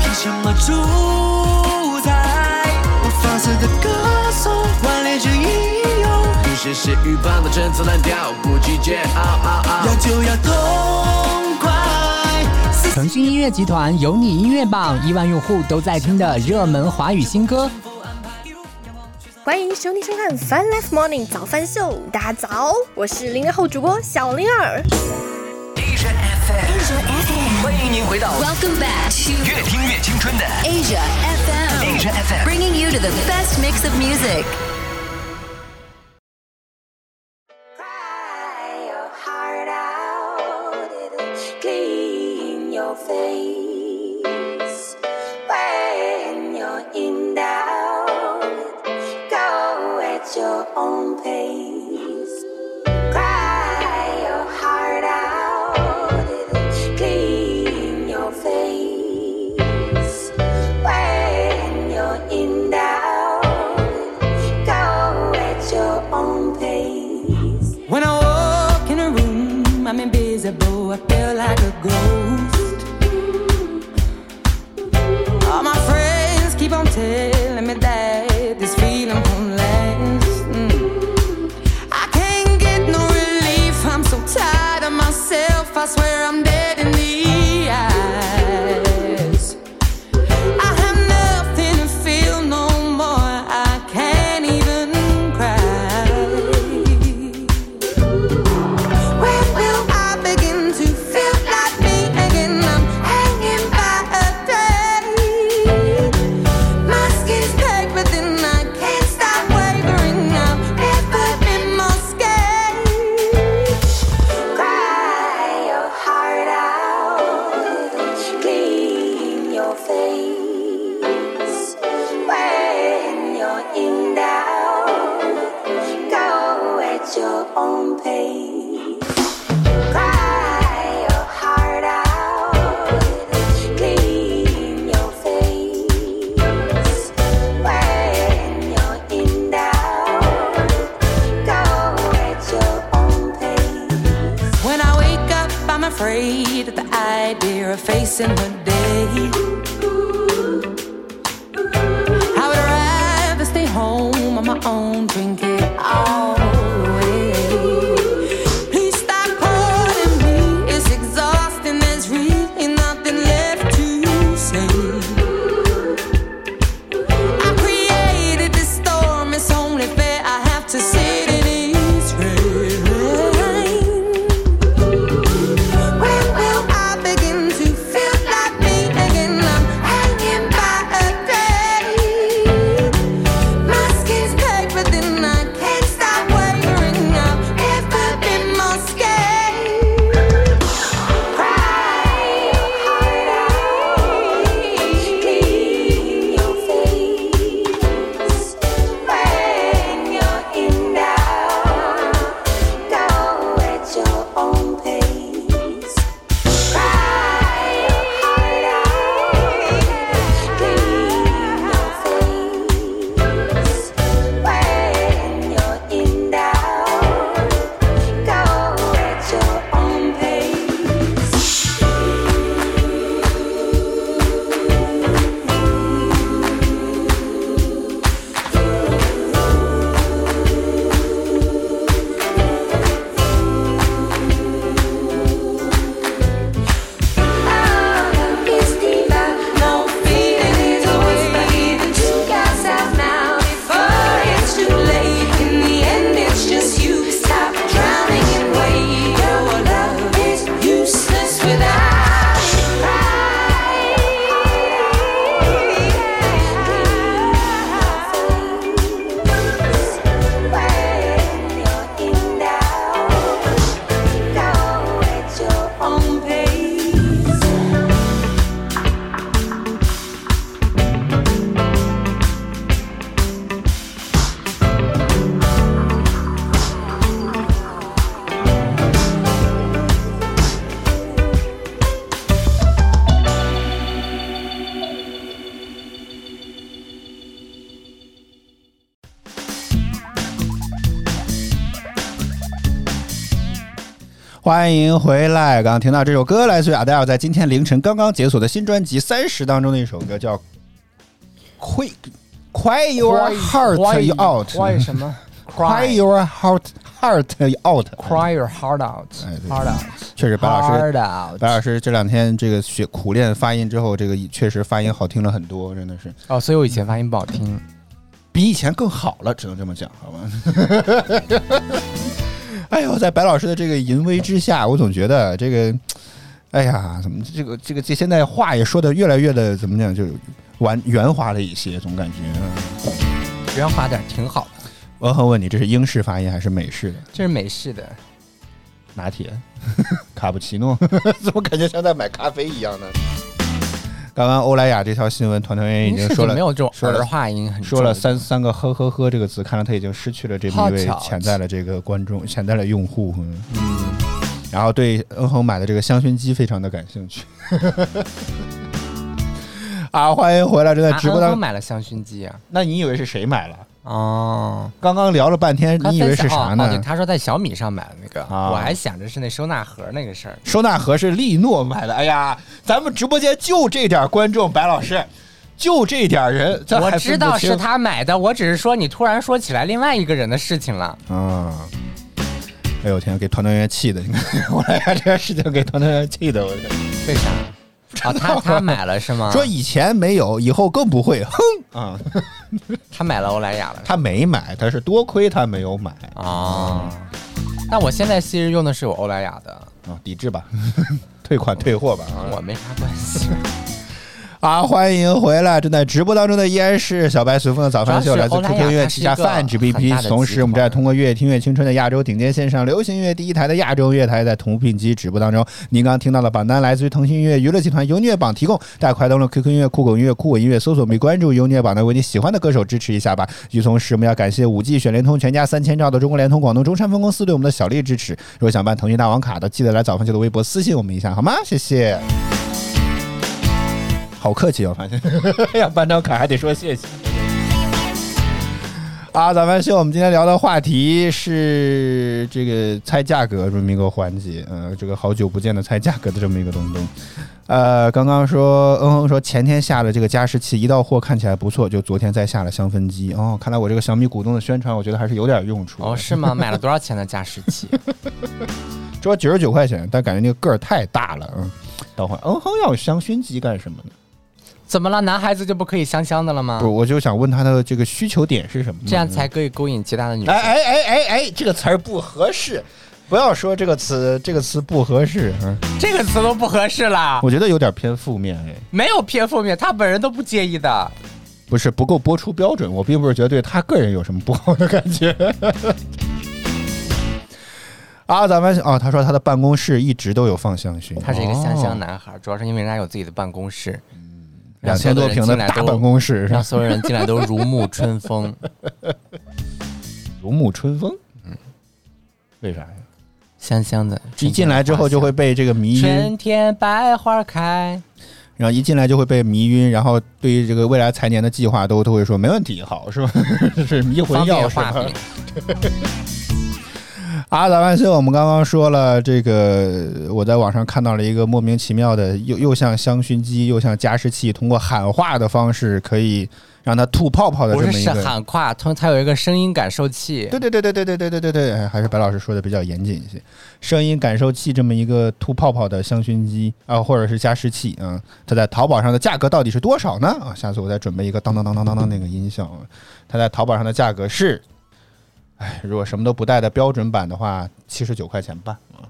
[SPEAKER 7] 凭什么主宰？我放肆的歌颂，顽劣之英勇，
[SPEAKER 6] 有些是鹬蚌的陈词滥调，不计较。嗷嗷嗷
[SPEAKER 7] 要就要痛快。撕
[SPEAKER 4] 讯音乐集团有你音乐榜，亿万用户都在听的热门华语新歌。
[SPEAKER 8] 欢迎收听收看《Fun Life Morning 早饭秀》，大家早，我是零零后主播小灵儿。
[SPEAKER 7] Asia FM，欢迎您回到
[SPEAKER 9] Welcome back to
[SPEAKER 7] 越听越青春的
[SPEAKER 9] Asia FM,
[SPEAKER 7] Asia FM。
[SPEAKER 9] bringing you to the best mix of music.
[SPEAKER 5] Cry your heart out, it'll clean your face. When you're in doubt, go at your own pace. Cry your heart out, it'll clean your face. When you're in doubt, go at your own pace.
[SPEAKER 7] When I walk in a room, I'm invisible. I feel like a ghost. All my friends keep on telling me that this feeling won't last. Mm. I can't get no relief. I'm so tired of myself. I swear I'm dead in the eyes. I have nothing to feel no more. I can't even cry. Where will I begin to feel like me again? I'm hanging by a thread. My skin's black, but then I can't stop wavering. I've never been more scared.
[SPEAKER 5] Cry your heart out, clean your face. When you're in doubt, go at your own pace. Cry your heart out, clean your face. When you're in doubt, go at your own pace.
[SPEAKER 7] When I wake up, I'm afraid of the idea of facing the day. I would rather stay home on my own, drink it all away. Please stop calling me, it's exhausting, there's really nothing left to say. I created this storm, it's only fair I have to sit in its rain. When will I begin to feel like me again? I'm hanging by a thread. My skin's black, but then I can't stop wavering. I've never been more scared.
[SPEAKER 5] Go at your own pace. No feeling is always believing. Check yourself now before it's too late. In the end, it's just you. Stop drowning and wait. Your love is useless without Pace.
[SPEAKER 3] 《欢迎回来》，刚刚听到这首歌来自于阿黛尔在今天凌晨刚刚解锁的新专辑《三十》当中的一首歌，叫《Quick Cry Your Heart Out》。
[SPEAKER 2] 为什么
[SPEAKER 4] *laughs*
[SPEAKER 3] Cry your heart heart out。
[SPEAKER 4] Cry your heart out,
[SPEAKER 3] 哎对
[SPEAKER 4] heart out，
[SPEAKER 3] 确实白老师
[SPEAKER 4] heart
[SPEAKER 3] 白
[SPEAKER 4] out。
[SPEAKER 3] 老师这两天这个学苦练发音之后，这个确实发音好听了很多，真的是
[SPEAKER 2] 哦，所以我以前发音不好听。
[SPEAKER 3] 比以前更好了，只能这么讲，好吧？ *laughs* 哎呦，在白老师的这个淫威之下，我总觉得这个，哎呀，怎么这个这个这现在话也说的越来越的怎么讲，就完圆滑了一些，总感觉。
[SPEAKER 2] 圆滑点儿挺好的，
[SPEAKER 3] 我很问你，这是英式发音还是美式的？
[SPEAKER 2] 这是美式的。
[SPEAKER 3] 拿铁、 *laughs* 卡布奇诺，怎么感觉像在买咖啡一样呢？刚刚欧莱雅这条新闻，团团圆圆已经
[SPEAKER 2] 英式 *laughs*
[SPEAKER 3] 说
[SPEAKER 2] 就
[SPEAKER 3] 了
[SPEAKER 2] 没有这种
[SPEAKER 3] 说了
[SPEAKER 2] 儿化音很重
[SPEAKER 3] 说了三三个呵呵呵这个词，看来他已经失去了这么一位
[SPEAKER 2] 好巧
[SPEAKER 3] 潜在的这个观众、潜在的用户。嗯，然后对恩恒买的这个香薰机非常的感兴趣。啊，欢迎回来！正在
[SPEAKER 2] 啊
[SPEAKER 3] 直播
[SPEAKER 2] 安
[SPEAKER 3] 当
[SPEAKER 2] 哥
[SPEAKER 3] 中，
[SPEAKER 2] 买了香薰机啊。
[SPEAKER 3] 那你以为是谁买了？
[SPEAKER 2] 哦，
[SPEAKER 3] 刚刚聊了半天，
[SPEAKER 2] 他
[SPEAKER 3] 你以为
[SPEAKER 2] 分享
[SPEAKER 3] 是啥
[SPEAKER 2] 哦哦对，
[SPEAKER 3] 呢？
[SPEAKER 2] 他说在小米上买的那个，
[SPEAKER 3] 啊
[SPEAKER 2] 我还想着是那收纳盒那个事儿。
[SPEAKER 3] 收纳盒是利诺买的。哎呀，咱们直播间就这点观众，白老师，就 *laughs* 这点人，咱
[SPEAKER 2] 我
[SPEAKER 3] 还
[SPEAKER 2] 知
[SPEAKER 3] 分不
[SPEAKER 2] 道是
[SPEAKER 3] 清
[SPEAKER 2] 他买的，我只是说你突然说起来另外一个人的事情
[SPEAKER 3] *laughs*
[SPEAKER 2] 了。
[SPEAKER 3] 啊！哎呦天，给团团圆气的，你看 *laughs* 我来看这件事情给团团圆气的，我天
[SPEAKER 2] 为啥？哦，他他买了是吗？
[SPEAKER 3] 说以前没有，以后更不会，哼啊！
[SPEAKER 2] 他买了欧莱雅了
[SPEAKER 3] 他没买，他是多亏他没有买
[SPEAKER 2] 啊、哦。那我现在其实用的是我欧莱雅的，
[SPEAKER 3] 啊，抵制吧， *laughs* 退款退货吧啊！
[SPEAKER 2] 我没啥关系。
[SPEAKER 3] 啊，欢迎回来！正在直播当中的依然是小白随风的早饭秀，
[SPEAKER 2] 主要
[SPEAKER 3] 来
[SPEAKER 2] 是
[SPEAKER 3] 自
[SPEAKER 2] 欧莱雅
[SPEAKER 3] QQ 音乐
[SPEAKER 2] 它
[SPEAKER 3] 旗
[SPEAKER 2] 是
[SPEAKER 3] 下
[SPEAKER 2] 一个
[SPEAKER 3] 泛指
[SPEAKER 2] 很大
[SPEAKER 3] BP。
[SPEAKER 2] 的
[SPEAKER 3] 同
[SPEAKER 2] 集
[SPEAKER 3] 时，我们正在
[SPEAKER 2] 团
[SPEAKER 3] 通过乐听乐青春的亚洲顶尖线上流行音乐第一台的亚洲乐台，在同步并机直播当中。您刚刚听到的榜单来自于腾讯音乐娱乐集团优乐榜提供，大家快登录 QQ 音乐、酷狗音乐、酷我音乐，搜索并关注优乐榜，呢，为你喜欢的歌手支持一下吧。与此同时，我们要感谢五 G 选联通全家三千兆的中国联通广东中山分公司对我们的小力支持。如果想办腾讯大王卡的，记得来早饭秀的微博私信我们一下，好吗？谢谢。好客气哦， *laughs* 发现要办张卡还得说谢谢。啊，咱们秀，我们今天聊的话题是这个猜价格这么一个环节，呃，这个好久不见的猜价格的这么一个东东。呃，刚刚说，嗯哼说前天下了这个加湿器，一到货看起来不错，就昨天再下了香氛机。哦，看来我这个小米股东的宣传，我觉得还是有点用处的。
[SPEAKER 2] 哦，是吗？买了多少钱的加湿器？ *laughs*
[SPEAKER 3] 说九十九块钱，但感觉那个个儿太大了。嗯，等会儿，嗯哼要有香薰机干什么呢？
[SPEAKER 2] 怎么了？男孩子就不可以香香的了吗
[SPEAKER 3] 不，？嗯我就想问他的这个需求点是什么呢？
[SPEAKER 2] 这样才可以勾引其他的女
[SPEAKER 3] *laughs* 哎
[SPEAKER 2] 生。
[SPEAKER 3] 哎哎哎哎，这个词儿不合适，不要说这个词，这个词不合适。嗯，
[SPEAKER 2] 这个词都不合适啦，
[SPEAKER 3] 我觉得有点偏负面。哎，
[SPEAKER 2] 没有偏负面，他本人都不介意的。
[SPEAKER 3] 不是不够播出标准，我并不是觉得对他个人有什么不好的感觉。 *laughs* 啊，咱们哦，他说他的办公室一直都有放香薰，
[SPEAKER 2] 他是一个香香
[SPEAKER 3] 哦，
[SPEAKER 2] 男孩，主要是因为人家有自己的办公室，
[SPEAKER 3] 两千多平的大办公室，
[SPEAKER 2] 让所有嗯人进来都如沐春
[SPEAKER 3] *laughs*
[SPEAKER 2] 风。
[SPEAKER 3] 如沐春风。嗯，为啥呀？
[SPEAKER 2] 香香的，
[SPEAKER 3] 一进来之后就会被这个迷晕
[SPEAKER 2] 春，天百花开。
[SPEAKER 3] 然后一进来就会被迷晕，然后对于这个未来财年的计划都都会说没问题，好是吧？ *laughs* 是迷魂
[SPEAKER 2] 方
[SPEAKER 3] 药
[SPEAKER 2] 便
[SPEAKER 3] 是吧
[SPEAKER 2] 画？
[SPEAKER 3] *laughs*
[SPEAKER 2] 饼，
[SPEAKER 3] 啊，咱们秀，我们刚刚说了这个，我在网上看到了一个莫名其妙的，又又像香薰机，又像加湿器，通过喊话的方式可以让它吐泡泡的
[SPEAKER 2] 不
[SPEAKER 3] 这
[SPEAKER 2] 是
[SPEAKER 3] 么一
[SPEAKER 2] 是
[SPEAKER 3] 个。
[SPEAKER 2] 喊胯，通它有一个声音感受器。
[SPEAKER 3] 对对对对对对对对对对，哎还是白老师说的比较严谨一些。声音感受器这么一个吐泡泡的香薰机啊，或者是加湿器啊，它在淘宝上的价格到底是多少呢？啊，下次我再准备一个当当当当当当那个音效啊，它在淘宝上的价格是，哎，如果什么都不带的标准版的话，七十九块钱半啊，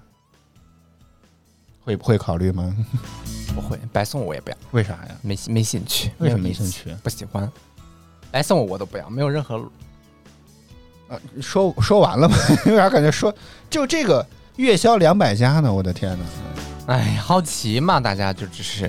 [SPEAKER 3] 会会考虑吗？ *laughs*
[SPEAKER 2] 不会，白送我也不要，
[SPEAKER 3] 为啥呀？
[SPEAKER 2] 没没兴趣。
[SPEAKER 3] 为什
[SPEAKER 2] 有
[SPEAKER 3] 么没
[SPEAKER 2] 意思
[SPEAKER 3] 兴趣？啊
[SPEAKER 2] 不喜欢。白送我我都不要，没有任何
[SPEAKER 3] 说说完了吗？ *laughs* 有点感觉说就这个月销两百家呢，我的天哪！
[SPEAKER 2] 哎，好奇嘛，大家就只是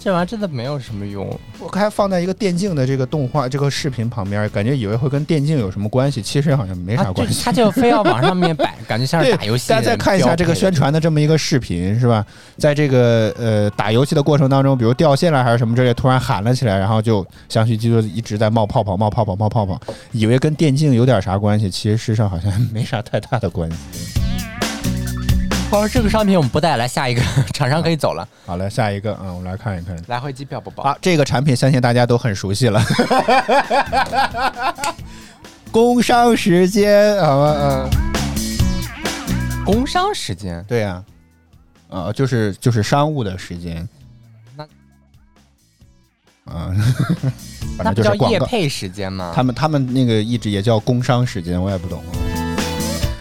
[SPEAKER 2] 这玩意儿真的没有什么用。
[SPEAKER 3] 我还放在一个电竞的这个动画这个视频旁边，感觉以为会跟电竞有什么关系，其实好像没啥
[SPEAKER 2] 他
[SPEAKER 3] 关
[SPEAKER 2] 啊就
[SPEAKER 3] 系。
[SPEAKER 2] 他就非要往上面摆，感觉
[SPEAKER 3] *laughs*
[SPEAKER 2] 像是
[SPEAKER 3] 对，
[SPEAKER 2] 打游戏的
[SPEAKER 3] 大家
[SPEAKER 2] 人标配的。
[SPEAKER 3] 再看一下这个宣传的这么一个视频，是吧？在这个呃打游戏的过程当中，比如掉线了还是什么之类，突然喊了起来，然后就香薰机就一直在冒泡泡、冒泡泡、冒泡泡，以为跟电竞有点啥关系，其实事实上好像 *laughs* 没啥太大的关系。
[SPEAKER 2] 光是这个商品我们不带来，下一个 *laughs* 厂商可以走了，
[SPEAKER 3] 好了，下一个啊、嗯我们来看一看。
[SPEAKER 2] 来回机票不包。
[SPEAKER 3] 啊，这个产品相信大家都很熟悉了。 *laughs* 工商时间，好吧，嗯、
[SPEAKER 2] 工伤时间，
[SPEAKER 3] 对呀、啊，就是就是商务的时间，
[SPEAKER 2] 那
[SPEAKER 3] 啊， *laughs* 反
[SPEAKER 2] 那不
[SPEAKER 3] 正就
[SPEAKER 2] 叫
[SPEAKER 3] 是广
[SPEAKER 2] 夜
[SPEAKER 3] 告，
[SPEAKER 2] 配时间吗？
[SPEAKER 3] 他们他们那个一直也叫工商时间，我也不懂。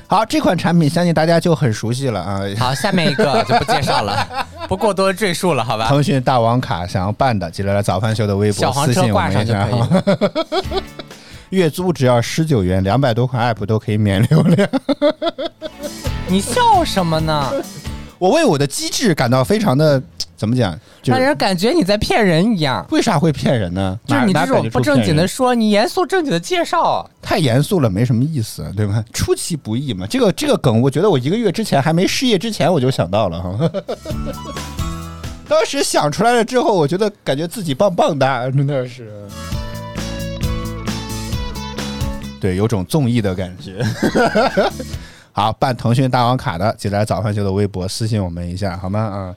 [SPEAKER 3] 好，这款产品相信大家就很熟悉了啊。
[SPEAKER 2] 好，下面一个就不介绍
[SPEAKER 3] *laughs*
[SPEAKER 2] 了，不过多赘述了，好吧？
[SPEAKER 3] 腾讯大王卡想要办的，记得来早饭秀的微
[SPEAKER 2] 小
[SPEAKER 3] 博
[SPEAKER 2] 黄
[SPEAKER 3] 私
[SPEAKER 2] 车
[SPEAKER 3] 信我
[SPEAKER 2] 挂
[SPEAKER 3] 们
[SPEAKER 2] 上
[SPEAKER 3] 一
[SPEAKER 2] 就
[SPEAKER 3] 下
[SPEAKER 2] 可以
[SPEAKER 3] 哈。
[SPEAKER 2] 了。
[SPEAKER 3] *laughs* 月租只要十九元，两百多款 app 都可以免流量。 *laughs*
[SPEAKER 2] 你笑什么呢？
[SPEAKER 3] 我为我的机智感到非常的怎么讲？就
[SPEAKER 2] 让
[SPEAKER 3] 是
[SPEAKER 2] 人感觉你在骗人一样。
[SPEAKER 3] 为啥会骗人呢？
[SPEAKER 2] 就是
[SPEAKER 3] 哪
[SPEAKER 2] 你
[SPEAKER 3] 哪
[SPEAKER 2] 这
[SPEAKER 3] 本
[SPEAKER 2] 种
[SPEAKER 3] 就
[SPEAKER 2] 不
[SPEAKER 3] 出
[SPEAKER 2] 正
[SPEAKER 3] 骗
[SPEAKER 2] 经
[SPEAKER 3] 人
[SPEAKER 2] 的说，你严肃正经的介绍，
[SPEAKER 3] 太严肃了，没什么意思，对吧？出其不意嘛，这个这个梗，我觉得我一个月之前还没失业之前我就想到了哈。 *laughs* 当时想出来了之后，我觉得感觉自己棒棒哒，真的是，对，有种综艺的感觉。 *laughs* 好，办腾讯大王卡的，记得来早饭秀的微博私信我们一下，好吗？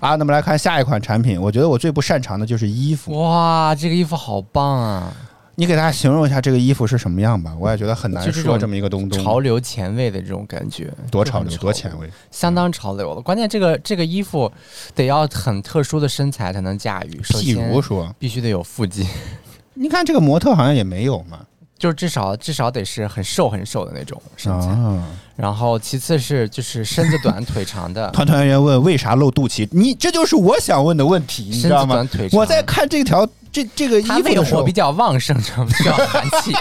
[SPEAKER 3] 啊、啊，那么来看下一款产品，我觉得我最不擅长的就是衣服。
[SPEAKER 2] 哇，这个衣服好棒啊！
[SPEAKER 3] 你给大家形容一下这个衣服是什么样吧？我也觉得很难
[SPEAKER 2] 就这
[SPEAKER 3] 说
[SPEAKER 2] 种
[SPEAKER 3] 这么一个东东。
[SPEAKER 2] 潮流前卫的这种感觉，
[SPEAKER 3] 多潮
[SPEAKER 2] 就
[SPEAKER 3] 流，
[SPEAKER 2] 很
[SPEAKER 3] 多前卫。
[SPEAKER 2] 相当潮流了。关键这个这个衣服得要很特殊的身材才能驾驭，首
[SPEAKER 3] 譬
[SPEAKER 2] 先
[SPEAKER 3] 如说，
[SPEAKER 2] 必须得有腹肌， *laughs*
[SPEAKER 3] 你看这个模特好像也没有嘛，
[SPEAKER 2] 就是至少至少得是很瘦很瘦的那种身材。
[SPEAKER 3] 啊，
[SPEAKER 2] 然后其次是就是身子短腿长的，
[SPEAKER 3] 团团圆问为啥露肚脐？你这就是我想问的问题，你知道吗
[SPEAKER 2] 身子短腿？长
[SPEAKER 3] 我在看这条这这个衣
[SPEAKER 2] 他
[SPEAKER 3] 服
[SPEAKER 2] 胃
[SPEAKER 3] 的时
[SPEAKER 2] 火
[SPEAKER 3] 候
[SPEAKER 2] 比，较旺盛， *laughs* 知道吗需要寒
[SPEAKER 3] *laughs*
[SPEAKER 2] 气。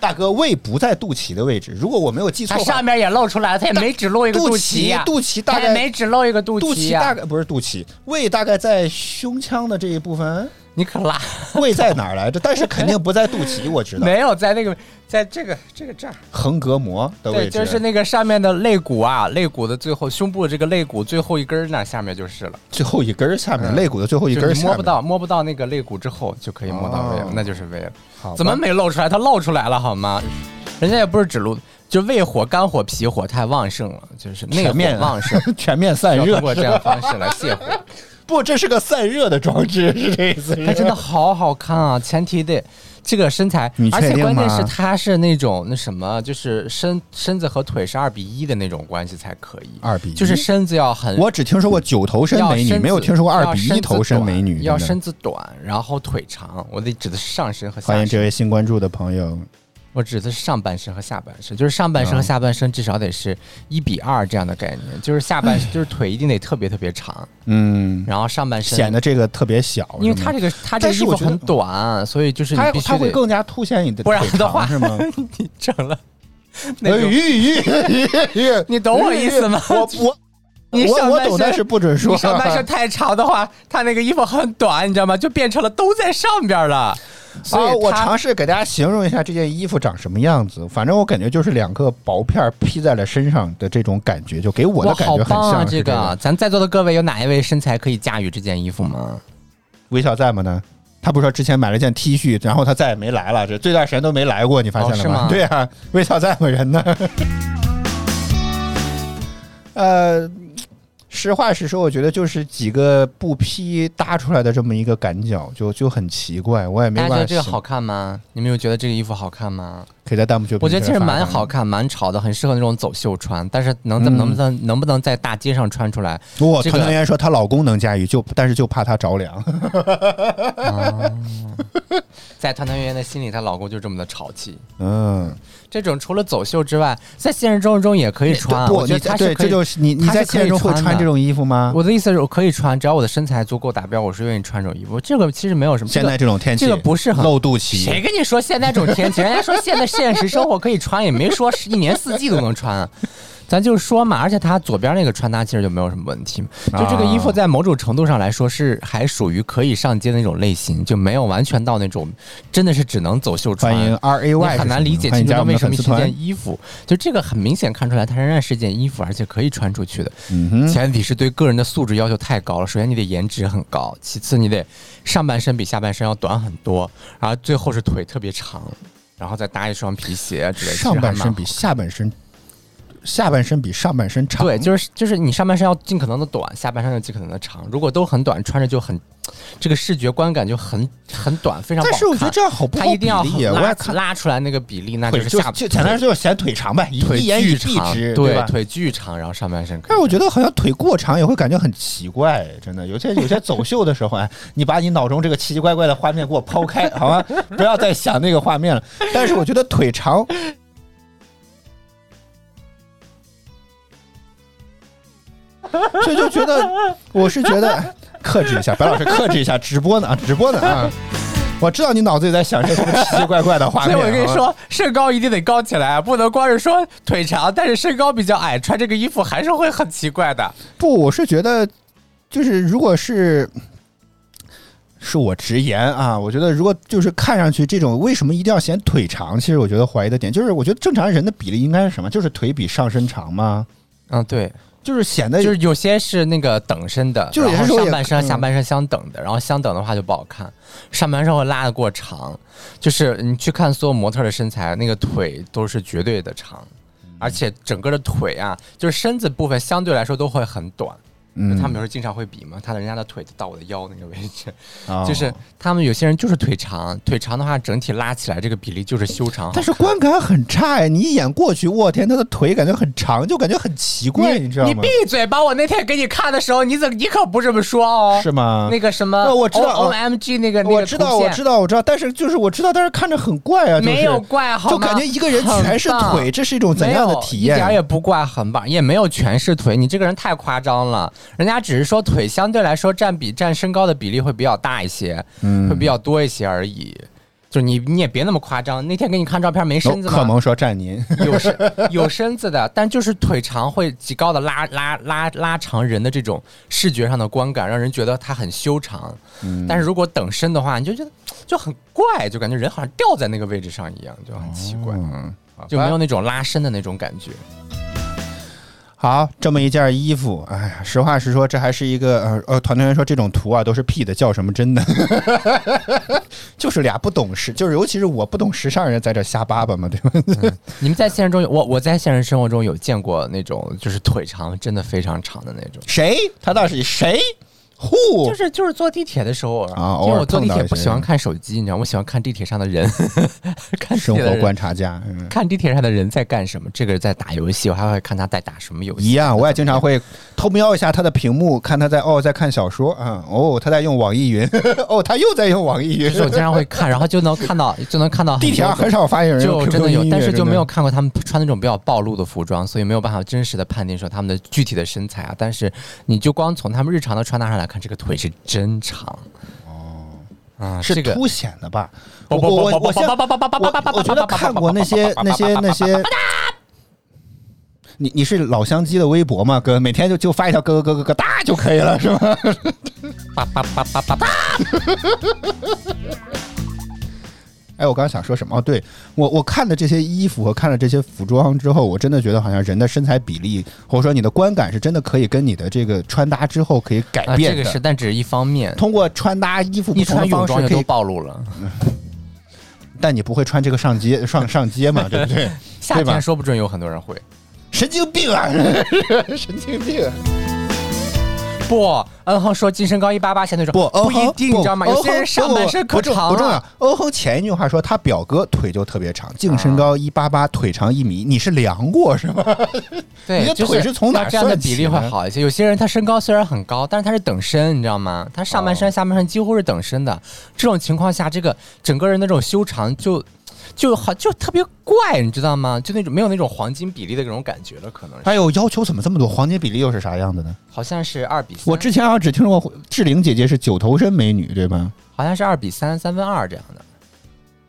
[SPEAKER 3] 大哥胃不在肚脐的位置，如果我没有记错
[SPEAKER 2] 它
[SPEAKER 3] 的话，
[SPEAKER 2] 上面也露出来了，它也没只露一个
[SPEAKER 3] 肚
[SPEAKER 2] 脐呀、
[SPEAKER 3] 肚脐大
[SPEAKER 2] 它也没
[SPEAKER 3] 概。
[SPEAKER 2] 只露一个肚
[SPEAKER 3] 肚
[SPEAKER 2] 脐
[SPEAKER 3] 脐
[SPEAKER 2] 呀、
[SPEAKER 3] 大概不是肚脐，胃大概在胸腔的这一部分，
[SPEAKER 2] 你可拉，
[SPEAKER 3] 胃在哪儿来着？但是肯定不在肚脐，我知道，
[SPEAKER 2] 没有在那个，在这个这个这儿，
[SPEAKER 3] 横膈膜的位
[SPEAKER 2] 对，
[SPEAKER 3] 置。
[SPEAKER 2] 就是那个上面的肋骨啊，肋骨的最后，胸部这个肋骨最后一根儿那下面就是了，
[SPEAKER 3] 最后一根儿下面，肋骨的最后
[SPEAKER 2] 嗯
[SPEAKER 3] 一
[SPEAKER 2] 就
[SPEAKER 3] 根
[SPEAKER 2] 是
[SPEAKER 3] 儿
[SPEAKER 2] 你
[SPEAKER 3] 下
[SPEAKER 2] 摸
[SPEAKER 3] 面
[SPEAKER 2] 不到，摸不到那个肋骨之后就可以摸到胃了，
[SPEAKER 3] 哦
[SPEAKER 2] 那就是胃了
[SPEAKER 3] 好。吧
[SPEAKER 2] 怎么没露出来？它露出来了好吗？人家也不是只露，就胃火、肝火、脾火太旺盛了，就是内
[SPEAKER 3] 全面
[SPEAKER 2] 火旺
[SPEAKER 3] *laughs*
[SPEAKER 2] 盛，
[SPEAKER 3] 全面散
[SPEAKER 2] 要
[SPEAKER 3] 热
[SPEAKER 2] 通。过这样的方式来
[SPEAKER 3] *laughs*
[SPEAKER 2] 泻火。
[SPEAKER 3] 不，这是个散热的装置，是这意思。
[SPEAKER 2] 她真的好好看啊！前提得这个身材
[SPEAKER 3] 你，
[SPEAKER 2] 而
[SPEAKER 3] 确
[SPEAKER 2] 且
[SPEAKER 3] 定
[SPEAKER 2] 关键
[SPEAKER 3] 吗
[SPEAKER 2] 是她是那种那什么，就是身身子和腿是二比一的那种关系才可以，
[SPEAKER 3] 二比一
[SPEAKER 2] 就是身子要很，
[SPEAKER 3] 我只听说过九头身
[SPEAKER 2] 要
[SPEAKER 3] 美女，
[SPEAKER 2] 身
[SPEAKER 3] 没有
[SPEAKER 2] 子
[SPEAKER 3] 听说过二
[SPEAKER 2] 要
[SPEAKER 3] 比一
[SPEAKER 2] 身
[SPEAKER 3] 头
[SPEAKER 2] 子
[SPEAKER 3] 身
[SPEAKER 2] 短
[SPEAKER 3] 美女。
[SPEAKER 2] 要
[SPEAKER 3] 真的
[SPEAKER 2] 身子短，然后腿长。我的指的是上身和
[SPEAKER 3] 欢
[SPEAKER 2] 下
[SPEAKER 3] 迎这
[SPEAKER 2] 身，
[SPEAKER 3] 位新关注的朋友。
[SPEAKER 2] 我指的是上半身和下半身，就是上半身和
[SPEAKER 3] 嗯
[SPEAKER 2] 下半身至少得是一比二这样的概念，就是下半就是腿一定得特别特别长，
[SPEAKER 3] 嗯，
[SPEAKER 2] 然后上半身
[SPEAKER 3] 显得这个特别小，
[SPEAKER 2] 因为
[SPEAKER 3] 是
[SPEAKER 2] 它
[SPEAKER 3] 吗
[SPEAKER 2] 这个它这
[SPEAKER 3] 但
[SPEAKER 2] 个
[SPEAKER 3] 是
[SPEAKER 2] 衣
[SPEAKER 3] 我
[SPEAKER 2] 服
[SPEAKER 3] 觉得
[SPEAKER 2] 很短，所以就是你
[SPEAKER 3] 它
[SPEAKER 2] 必须
[SPEAKER 3] 它会
[SPEAKER 2] 得
[SPEAKER 3] 更加凸显你的
[SPEAKER 2] 不然
[SPEAKER 3] 腿
[SPEAKER 2] 的
[SPEAKER 3] 长
[SPEAKER 2] 话
[SPEAKER 3] 是 *laughs* 吗？
[SPEAKER 2] 你 *laughs* 整
[SPEAKER 3] *laughs*
[SPEAKER 2] 了。
[SPEAKER 3] 哎
[SPEAKER 2] 那种
[SPEAKER 3] 咦咦咦
[SPEAKER 2] *laughs* 你懂我意思吗
[SPEAKER 3] 咦 *laughs* 我我
[SPEAKER 2] *laughs* 你上
[SPEAKER 3] 我我
[SPEAKER 2] 半
[SPEAKER 3] 懂，
[SPEAKER 2] 身
[SPEAKER 3] 但是不准说
[SPEAKER 2] 你。上半
[SPEAKER 3] *laughs*
[SPEAKER 2] 身太长的话，它那个衣服很短，你知道吗？就变成了都在上边了。所
[SPEAKER 3] 好，
[SPEAKER 2] 以
[SPEAKER 3] 我
[SPEAKER 2] 它
[SPEAKER 3] 尝试给大家形容一下这件衣服长什么样子。反正我感觉就是两个薄片儿披在了身上的这种感觉，就给我
[SPEAKER 2] 哇
[SPEAKER 3] 的感
[SPEAKER 2] 好
[SPEAKER 3] 觉很
[SPEAKER 2] 棒啊！
[SPEAKER 3] 像是
[SPEAKER 2] 这
[SPEAKER 3] 这
[SPEAKER 2] 个，
[SPEAKER 3] 个。
[SPEAKER 2] 咱在座的各位有哪一位身材可以驾驭这件衣服吗？
[SPEAKER 3] 微笑在吗呢？他不是说之前买了件 T 恤，然后他再也没来了，这这段时间都没来过，你发现了
[SPEAKER 2] 哦是吗
[SPEAKER 3] 对啊，微笑在吗？人呢？呃，实话实说，我觉得就是几个布匹搭出来的这么一个赶脚，就就很奇怪，我也没
[SPEAKER 2] 大家觉
[SPEAKER 3] 办
[SPEAKER 2] 得
[SPEAKER 3] 法。
[SPEAKER 2] 这个好，看吗？你们有觉得这个衣服好看吗？
[SPEAKER 3] 可以在弹幕就
[SPEAKER 2] 我觉得其实蛮好。看，蛮潮的，很适合那种走秀穿。但是能怎么能不
[SPEAKER 3] 嗯
[SPEAKER 2] 能能不能在大街上穿出来？
[SPEAKER 3] 我
[SPEAKER 2] 这
[SPEAKER 3] 团
[SPEAKER 2] 个
[SPEAKER 3] 团圆说她老公能驾驭，就但是就怕她着凉。
[SPEAKER 2] 在团团圆圆的心里，她老公就这么的潮气。
[SPEAKER 3] 嗯，
[SPEAKER 2] 这种除了走秀之外，在现实生活中也可以穿啊。
[SPEAKER 3] 哎不，
[SPEAKER 2] 我觉
[SPEAKER 3] 你
[SPEAKER 2] 得她
[SPEAKER 3] 对，
[SPEAKER 2] 是可
[SPEAKER 3] 这
[SPEAKER 2] 以
[SPEAKER 3] 就是你你
[SPEAKER 2] 她是
[SPEAKER 3] 在
[SPEAKER 2] 可以
[SPEAKER 3] 现实中会
[SPEAKER 2] 穿
[SPEAKER 3] 穿
[SPEAKER 2] 的
[SPEAKER 3] 这种衣服吗？
[SPEAKER 2] 我的意思是我可以穿，只要我的身材足够达标，我是愿意穿这种衣服。这个其实没有什么。
[SPEAKER 3] 现在
[SPEAKER 2] 这
[SPEAKER 3] 这
[SPEAKER 2] 个
[SPEAKER 3] 种天气，
[SPEAKER 2] 个不是很
[SPEAKER 3] 露肚脐，
[SPEAKER 2] 谁跟你说现在这种天气？人家说现在现实生活可以穿，也没说是一年四季都能穿
[SPEAKER 3] *laughs*
[SPEAKER 2] 啊。咱就说嘛，而且它左边那个穿搭其实就没有什么问题嘛。
[SPEAKER 3] 啊
[SPEAKER 2] 就这个衣服在某种程度上来说是还属于可以上街的那种类型，就没有完全到那种真的是只能走秀穿。
[SPEAKER 3] 欢迎 R A
[SPEAKER 2] 你
[SPEAKER 3] Y，
[SPEAKER 2] 很难理解清
[SPEAKER 3] 欢迎
[SPEAKER 2] 楚
[SPEAKER 3] 加
[SPEAKER 2] 它
[SPEAKER 3] 我
[SPEAKER 2] 为
[SPEAKER 3] 们的
[SPEAKER 2] 什
[SPEAKER 3] 粉
[SPEAKER 2] 么
[SPEAKER 3] 丝
[SPEAKER 2] 是
[SPEAKER 3] 团
[SPEAKER 2] 件。衣服，就这个很明显看出来，它仍然是件衣服，而且可以穿出去的。
[SPEAKER 3] 嗯
[SPEAKER 2] 前提是对个人的素质要求太高了。首先你得颜值很高，其次你得上半身比下半身要短很多，然后最后是腿特别长，然后再搭一双皮鞋之类的。
[SPEAKER 3] 上半身比
[SPEAKER 2] 其实还蛮好
[SPEAKER 3] 下半身下半身比上半身长。
[SPEAKER 2] 对，就是就是你上半身要尽可能的短，下半身要尽可能的长。如果都很短，穿着就很，这个视觉观感就很很短，非常不好
[SPEAKER 3] 但
[SPEAKER 2] 看。
[SPEAKER 3] 是我觉得这样好不
[SPEAKER 2] 他
[SPEAKER 3] 好
[SPEAKER 2] 一定要
[SPEAKER 3] 比例啊
[SPEAKER 2] 很
[SPEAKER 3] 我
[SPEAKER 2] 拉
[SPEAKER 3] 也看
[SPEAKER 2] 拉出来那个比例，那
[SPEAKER 3] 腿
[SPEAKER 2] 是
[SPEAKER 3] 就
[SPEAKER 2] 下
[SPEAKER 3] 就简单来说就是显腿长呗，一
[SPEAKER 2] 腿
[SPEAKER 3] 一言以
[SPEAKER 2] 巨
[SPEAKER 3] 蔽
[SPEAKER 2] 长，
[SPEAKER 3] 之，
[SPEAKER 2] 对
[SPEAKER 3] 吧？
[SPEAKER 2] 腿巨长，然后上半身可以。
[SPEAKER 3] 但是我觉得好像腿过长也会感觉很奇怪，真的有些有些走秀的时候，哎， *laughs* 你把你脑中这个奇奇怪怪的画面给我抛开，好吗？ *laughs* 不要再想那个画面了。但是我觉得腿
[SPEAKER 2] *laughs*
[SPEAKER 3] 长，所以就觉得我是觉得克制一下，白老师克制一下，直播呢啊，直播
[SPEAKER 2] *laughs*
[SPEAKER 3] 呢啊！我知道你脑子里在想这什么奇奇怪怪的画
[SPEAKER 2] 所以
[SPEAKER 3] 面，
[SPEAKER 2] 我跟你
[SPEAKER 3] 好吗
[SPEAKER 2] 说，身高一定得高起来，啊不能光是说腿长，但是身高比较矮，穿这个衣服还是会很奇怪的。
[SPEAKER 3] 不，我是觉得，就是如果是是我直言啊，我觉得如果就是看上去这种为什么一定要显腿长？其实我觉得怀疑的点就是，我觉得正常人的比例应该是什么？就是腿比上身长吗？
[SPEAKER 2] 嗯，对，
[SPEAKER 3] 就是显得
[SPEAKER 2] 就是有些是那个等身的，
[SPEAKER 3] 哎就是有
[SPEAKER 2] 然
[SPEAKER 3] 些时
[SPEAKER 2] 后
[SPEAKER 3] 候也
[SPEAKER 2] 上半身和
[SPEAKER 3] 嗯
[SPEAKER 2] 下半身相等的，然后相等的话就不好看，上半身会拉得过长，就是你去看所有模特的身材，那个腿都是绝对的长，
[SPEAKER 3] 嗯
[SPEAKER 2] 而且整个的腿啊，就是身子部分相对来说都会很短。
[SPEAKER 3] 嗯
[SPEAKER 2] 他们有时候经常会比嘛，他的人家的腿就到我的腰那个位置，
[SPEAKER 3] 哦
[SPEAKER 2] 就是他们有些人就是腿长，腿长的话整体拉起来这个比例就是修长好看。
[SPEAKER 3] 但是观感很差哎！你一眼过去，我天，他的腿感觉很长，就感觉很奇怪，你知道
[SPEAKER 2] 你
[SPEAKER 3] 吗
[SPEAKER 2] 闭？嘴吧！我那天给你看的时候，你怎你可不这么说哦？
[SPEAKER 3] 是吗
[SPEAKER 2] 那个什么，
[SPEAKER 3] 哦我知道
[SPEAKER 2] O
[SPEAKER 3] 哦
[SPEAKER 2] M G 那个，那个
[SPEAKER 3] 我知道，
[SPEAKER 2] 图
[SPEAKER 3] 我
[SPEAKER 2] 片
[SPEAKER 3] 知道，我知道，但是就是我知道，但是看着很怪啊，就是
[SPEAKER 2] 没有怪好吗
[SPEAKER 3] 就感觉一个人全是
[SPEAKER 2] 很棒
[SPEAKER 3] 腿，这是一种怎样的
[SPEAKER 2] 没有
[SPEAKER 3] 体
[SPEAKER 2] 一点
[SPEAKER 3] 验
[SPEAKER 2] 儿？也不怪，很棒，也没有全是腿。你这个人太夸张了，人家只是说腿相对来说占比占身高的比例会比较大一些，
[SPEAKER 3] 嗯
[SPEAKER 2] 会比较多一些而已。就是你你也别那么夸张。那天给你看照片没身子
[SPEAKER 3] 哦可
[SPEAKER 2] 吗？
[SPEAKER 3] 萌说站您。 *laughs*
[SPEAKER 2] 有身有身子的，但就是腿长会极高的拉拉拉拉长人的这种视觉上的观感，让人觉得他很修长。
[SPEAKER 3] 嗯
[SPEAKER 2] 但是如果等身的话，你就觉得就很怪，就感觉人好像吊在那个位置上一样，就很奇怪，
[SPEAKER 3] 嗯，
[SPEAKER 2] 就没有那种拉伸的那种感觉。
[SPEAKER 3] 好，这么一件衣服，哎呀，实话实说，这还是一个呃呃，团队员说这种图啊都是 P 的，叫什么真的？ *laughs* 就是俩不懂时，就是尤其是我不懂时尚人在这瞎叭叭嘛，对吧？ *laughs*
[SPEAKER 2] 你们在现实中有，我我在现实生活中有见过那种就是腿长真的非常长的那种。
[SPEAKER 3] 谁？他倒是谁？Who？
[SPEAKER 2] 就是就是坐地铁的时候
[SPEAKER 3] 哦啊
[SPEAKER 2] 因
[SPEAKER 3] 偶
[SPEAKER 2] 为
[SPEAKER 3] 尔
[SPEAKER 2] 我坐地
[SPEAKER 3] 碰到
[SPEAKER 2] 铁
[SPEAKER 3] 一
[SPEAKER 2] 不
[SPEAKER 3] 些
[SPEAKER 2] 喜欢
[SPEAKER 3] 人
[SPEAKER 2] 看手机，你知道吗，我喜欢看地铁上的人， *laughs* 看地铁
[SPEAKER 3] 生
[SPEAKER 2] 的
[SPEAKER 3] 活
[SPEAKER 2] 人
[SPEAKER 3] 观察家，嗯，
[SPEAKER 2] 看地铁上的人在干什么，这个人在打游戏，我还会看他在打什么游
[SPEAKER 3] 一
[SPEAKER 2] 戏。
[SPEAKER 3] 样，我也经常会偷瞄一下他的屏幕，看他在哦在看小说啊、哦他在用网易云， *laughs* 哦他又在用网易云
[SPEAKER 2] 就。是我经常会看，然后就能看到，就能看到很多
[SPEAKER 3] 地铁上很少发现有人用
[SPEAKER 2] 就
[SPEAKER 3] QQ
[SPEAKER 2] 真的有
[SPEAKER 3] 音，乐
[SPEAKER 2] 但是就
[SPEAKER 3] 真的
[SPEAKER 2] 没有看过他们穿那种比较暴露的服装，所以没有办法真实的判定说他们的具体的身材啊。但是你就光从他们日常的穿搭上来看，这个腿是真长哦，啊，
[SPEAKER 3] 是
[SPEAKER 2] 这个
[SPEAKER 3] 凸显的吧？
[SPEAKER 2] 不
[SPEAKER 3] 我
[SPEAKER 2] 不不
[SPEAKER 3] 我
[SPEAKER 2] 不不
[SPEAKER 3] 我先
[SPEAKER 2] 不不不不不不不
[SPEAKER 3] 我我觉得看过那些那些那些。你你是老乡鸡的微博吗？哥，每天就就发一条咯咯咯咯咯哒就可以了，是吗？
[SPEAKER 2] 叭叭叭叭叭叭，
[SPEAKER 3] 哎，我刚刚想说什么？哦，对我我看了这些衣服和看了这些服装之后，我真的觉得好像人的身材比例，或者说你的观感，是真的可以跟你的这个穿搭之后可以改
[SPEAKER 2] 啊，
[SPEAKER 3] 变
[SPEAKER 2] 这
[SPEAKER 3] 的。
[SPEAKER 2] 个是，但只是一方面，
[SPEAKER 3] 通过穿搭衣服不
[SPEAKER 2] 一
[SPEAKER 3] 同
[SPEAKER 2] 穿
[SPEAKER 3] 的
[SPEAKER 2] 泳
[SPEAKER 3] 方
[SPEAKER 2] 装就
[SPEAKER 3] 式可
[SPEAKER 2] 都
[SPEAKER 3] 以，
[SPEAKER 2] 暴露了。
[SPEAKER 3] 但你不会穿这个上街上上街嘛，对不对？
[SPEAKER 2] 夏
[SPEAKER 3] 对吧
[SPEAKER 2] 天说不准有很多人会。
[SPEAKER 3] 神经病啊！神经病、啊！
[SPEAKER 2] 不，恩恒说晋升高一八八，相对说
[SPEAKER 3] 不，嗯
[SPEAKER 2] 不一定，
[SPEAKER 3] 不
[SPEAKER 2] 你知道吗？
[SPEAKER 3] 欧
[SPEAKER 2] 有些
[SPEAKER 3] 亨
[SPEAKER 2] 人上
[SPEAKER 3] 不
[SPEAKER 2] 半
[SPEAKER 3] 不
[SPEAKER 2] 身
[SPEAKER 3] 不
[SPEAKER 2] 可
[SPEAKER 3] 重
[SPEAKER 2] 长
[SPEAKER 3] 不重
[SPEAKER 2] 了
[SPEAKER 3] 要。。欧亨前一句话说他表哥腿就特别长，净身高一八八，腿长一米。你是量过是吗？你
[SPEAKER 2] 对，
[SPEAKER 3] 的
[SPEAKER 2] 就
[SPEAKER 3] 腿是从哪
[SPEAKER 2] 要这样的
[SPEAKER 3] 算起
[SPEAKER 2] 比例会
[SPEAKER 3] 呢
[SPEAKER 2] 好一些。有些人他身高虽然很高，但是他是等身，你知道吗？他上半身、下半身几乎是等身的。这种情况下，这个整个人的这种修长就就好就特别怪，你知道吗？就那种没有那种黄金比例的那种感觉了，可能是
[SPEAKER 3] 哎呦，要求怎么这么多？黄金比例又是啥样子呢？
[SPEAKER 2] 好像是二比三，
[SPEAKER 3] 我之前好像只听说过志玲姐姐是九头身美女，对吧？
[SPEAKER 2] 好像是二比三，三分二这样的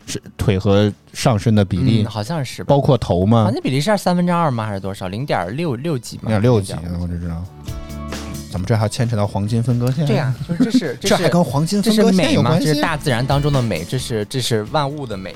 [SPEAKER 3] 是腿和上身的比例，
[SPEAKER 2] 嗯好像是吧？
[SPEAKER 3] 包括头吗
[SPEAKER 2] 黄？金比例是三分之二吗？还是多少？零点六六几吗？
[SPEAKER 3] 那六几嗯
[SPEAKER 2] 0.6
[SPEAKER 3] 呢？我只知道，怎么这还牵扯到黄金分割线？
[SPEAKER 2] 对呀、，就是这是
[SPEAKER 3] 嗯这
[SPEAKER 2] 是
[SPEAKER 3] 还跟黄金
[SPEAKER 2] 这
[SPEAKER 3] 分
[SPEAKER 2] 是
[SPEAKER 3] 割线
[SPEAKER 2] 美
[SPEAKER 3] 有
[SPEAKER 2] 嘛？
[SPEAKER 3] 关
[SPEAKER 2] 这
[SPEAKER 3] 系啊
[SPEAKER 2] 是？大自然当中的美，这是这是万物的美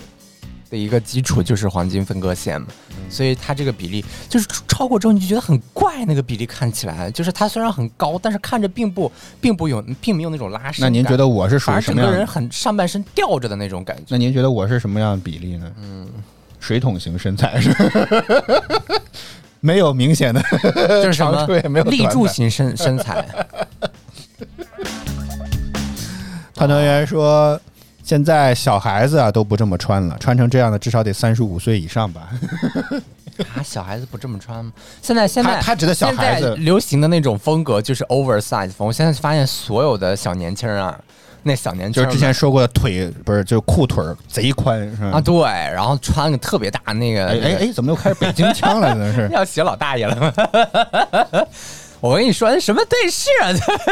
[SPEAKER 2] 的一个基础，就是黄金分割线嘛。所以它这个比例就是超过之后，你就觉得很怪，那个比例看起来就是它虽然很高，但是看着并不并不有并没有那种拉伸
[SPEAKER 3] 那
[SPEAKER 2] 感。
[SPEAKER 3] 您觉得我是属
[SPEAKER 2] 反
[SPEAKER 3] 于
[SPEAKER 2] 而
[SPEAKER 3] 什
[SPEAKER 2] 整
[SPEAKER 3] 么
[SPEAKER 2] 个
[SPEAKER 3] 样
[SPEAKER 2] 人
[SPEAKER 3] 的？
[SPEAKER 2] 很上半身吊着的那种感觉
[SPEAKER 3] 那？您觉得我是什么样的比例呢？嗯，水桶型身材是吧。 *laughs* 没有明显的
[SPEAKER 2] 就是什么
[SPEAKER 3] 呃长腿没有短
[SPEAKER 2] 立柱
[SPEAKER 3] 板
[SPEAKER 2] 型身身材，
[SPEAKER 3] 判断员说，现在小孩子啊都不这么穿了，穿成这样的至少得三十五岁以上 *laughs* 吧。
[SPEAKER 2] 啊，小孩子不这么穿吗？现在现
[SPEAKER 3] 他
[SPEAKER 2] 在
[SPEAKER 3] 他指的小孩子
[SPEAKER 2] 现在流行的那种风格就是 oversize 风。我现在发现所有的小年轻儿啊，那小年轻
[SPEAKER 3] 就
[SPEAKER 2] 儿
[SPEAKER 3] 是之前说过的腿不是，就是裤腿儿贼宽是吧？
[SPEAKER 2] 啊，对，然后穿个特别大那个，
[SPEAKER 3] 哎哎哎，怎么又开始北京腔了呢？ *laughs* 是
[SPEAKER 2] *laughs* 要学老大爷了。 *laughs* 我跟你说，什么对视啊？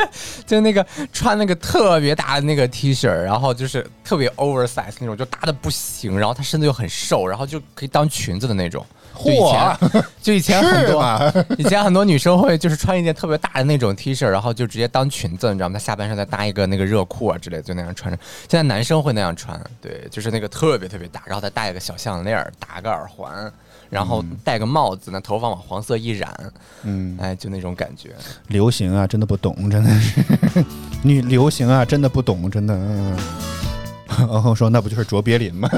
[SPEAKER 2] *laughs* 就那个穿那个特别大的那个 T 恤，然后就是特别 oversize 那种，就大的不行，然后他身子又很瘦，然后就可以当裙子的那种。就以前，就以前很
[SPEAKER 3] 是
[SPEAKER 2] 多啊
[SPEAKER 3] 吗？
[SPEAKER 2] *laughs* 以前很多女生会就是穿一件特别大的那种 T 恤，然后就直接当裙子，你知道吗？她下半身再搭一个那个热裤啊之类的，就那样穿着。现在男生会那样穿，对，就是那个特别特别大，然后再戴一个小项链儿，打个耳环，然后戴个帽子，那头发往黄色一染，嗯，哎，就那种感觉。
[SPEAKER 3] 流行啊，真的不懂，真的是 *laughs* 女流行啊，真的不懂，真的。嗯、 *laughs* 然后说那不就是卓别林吗？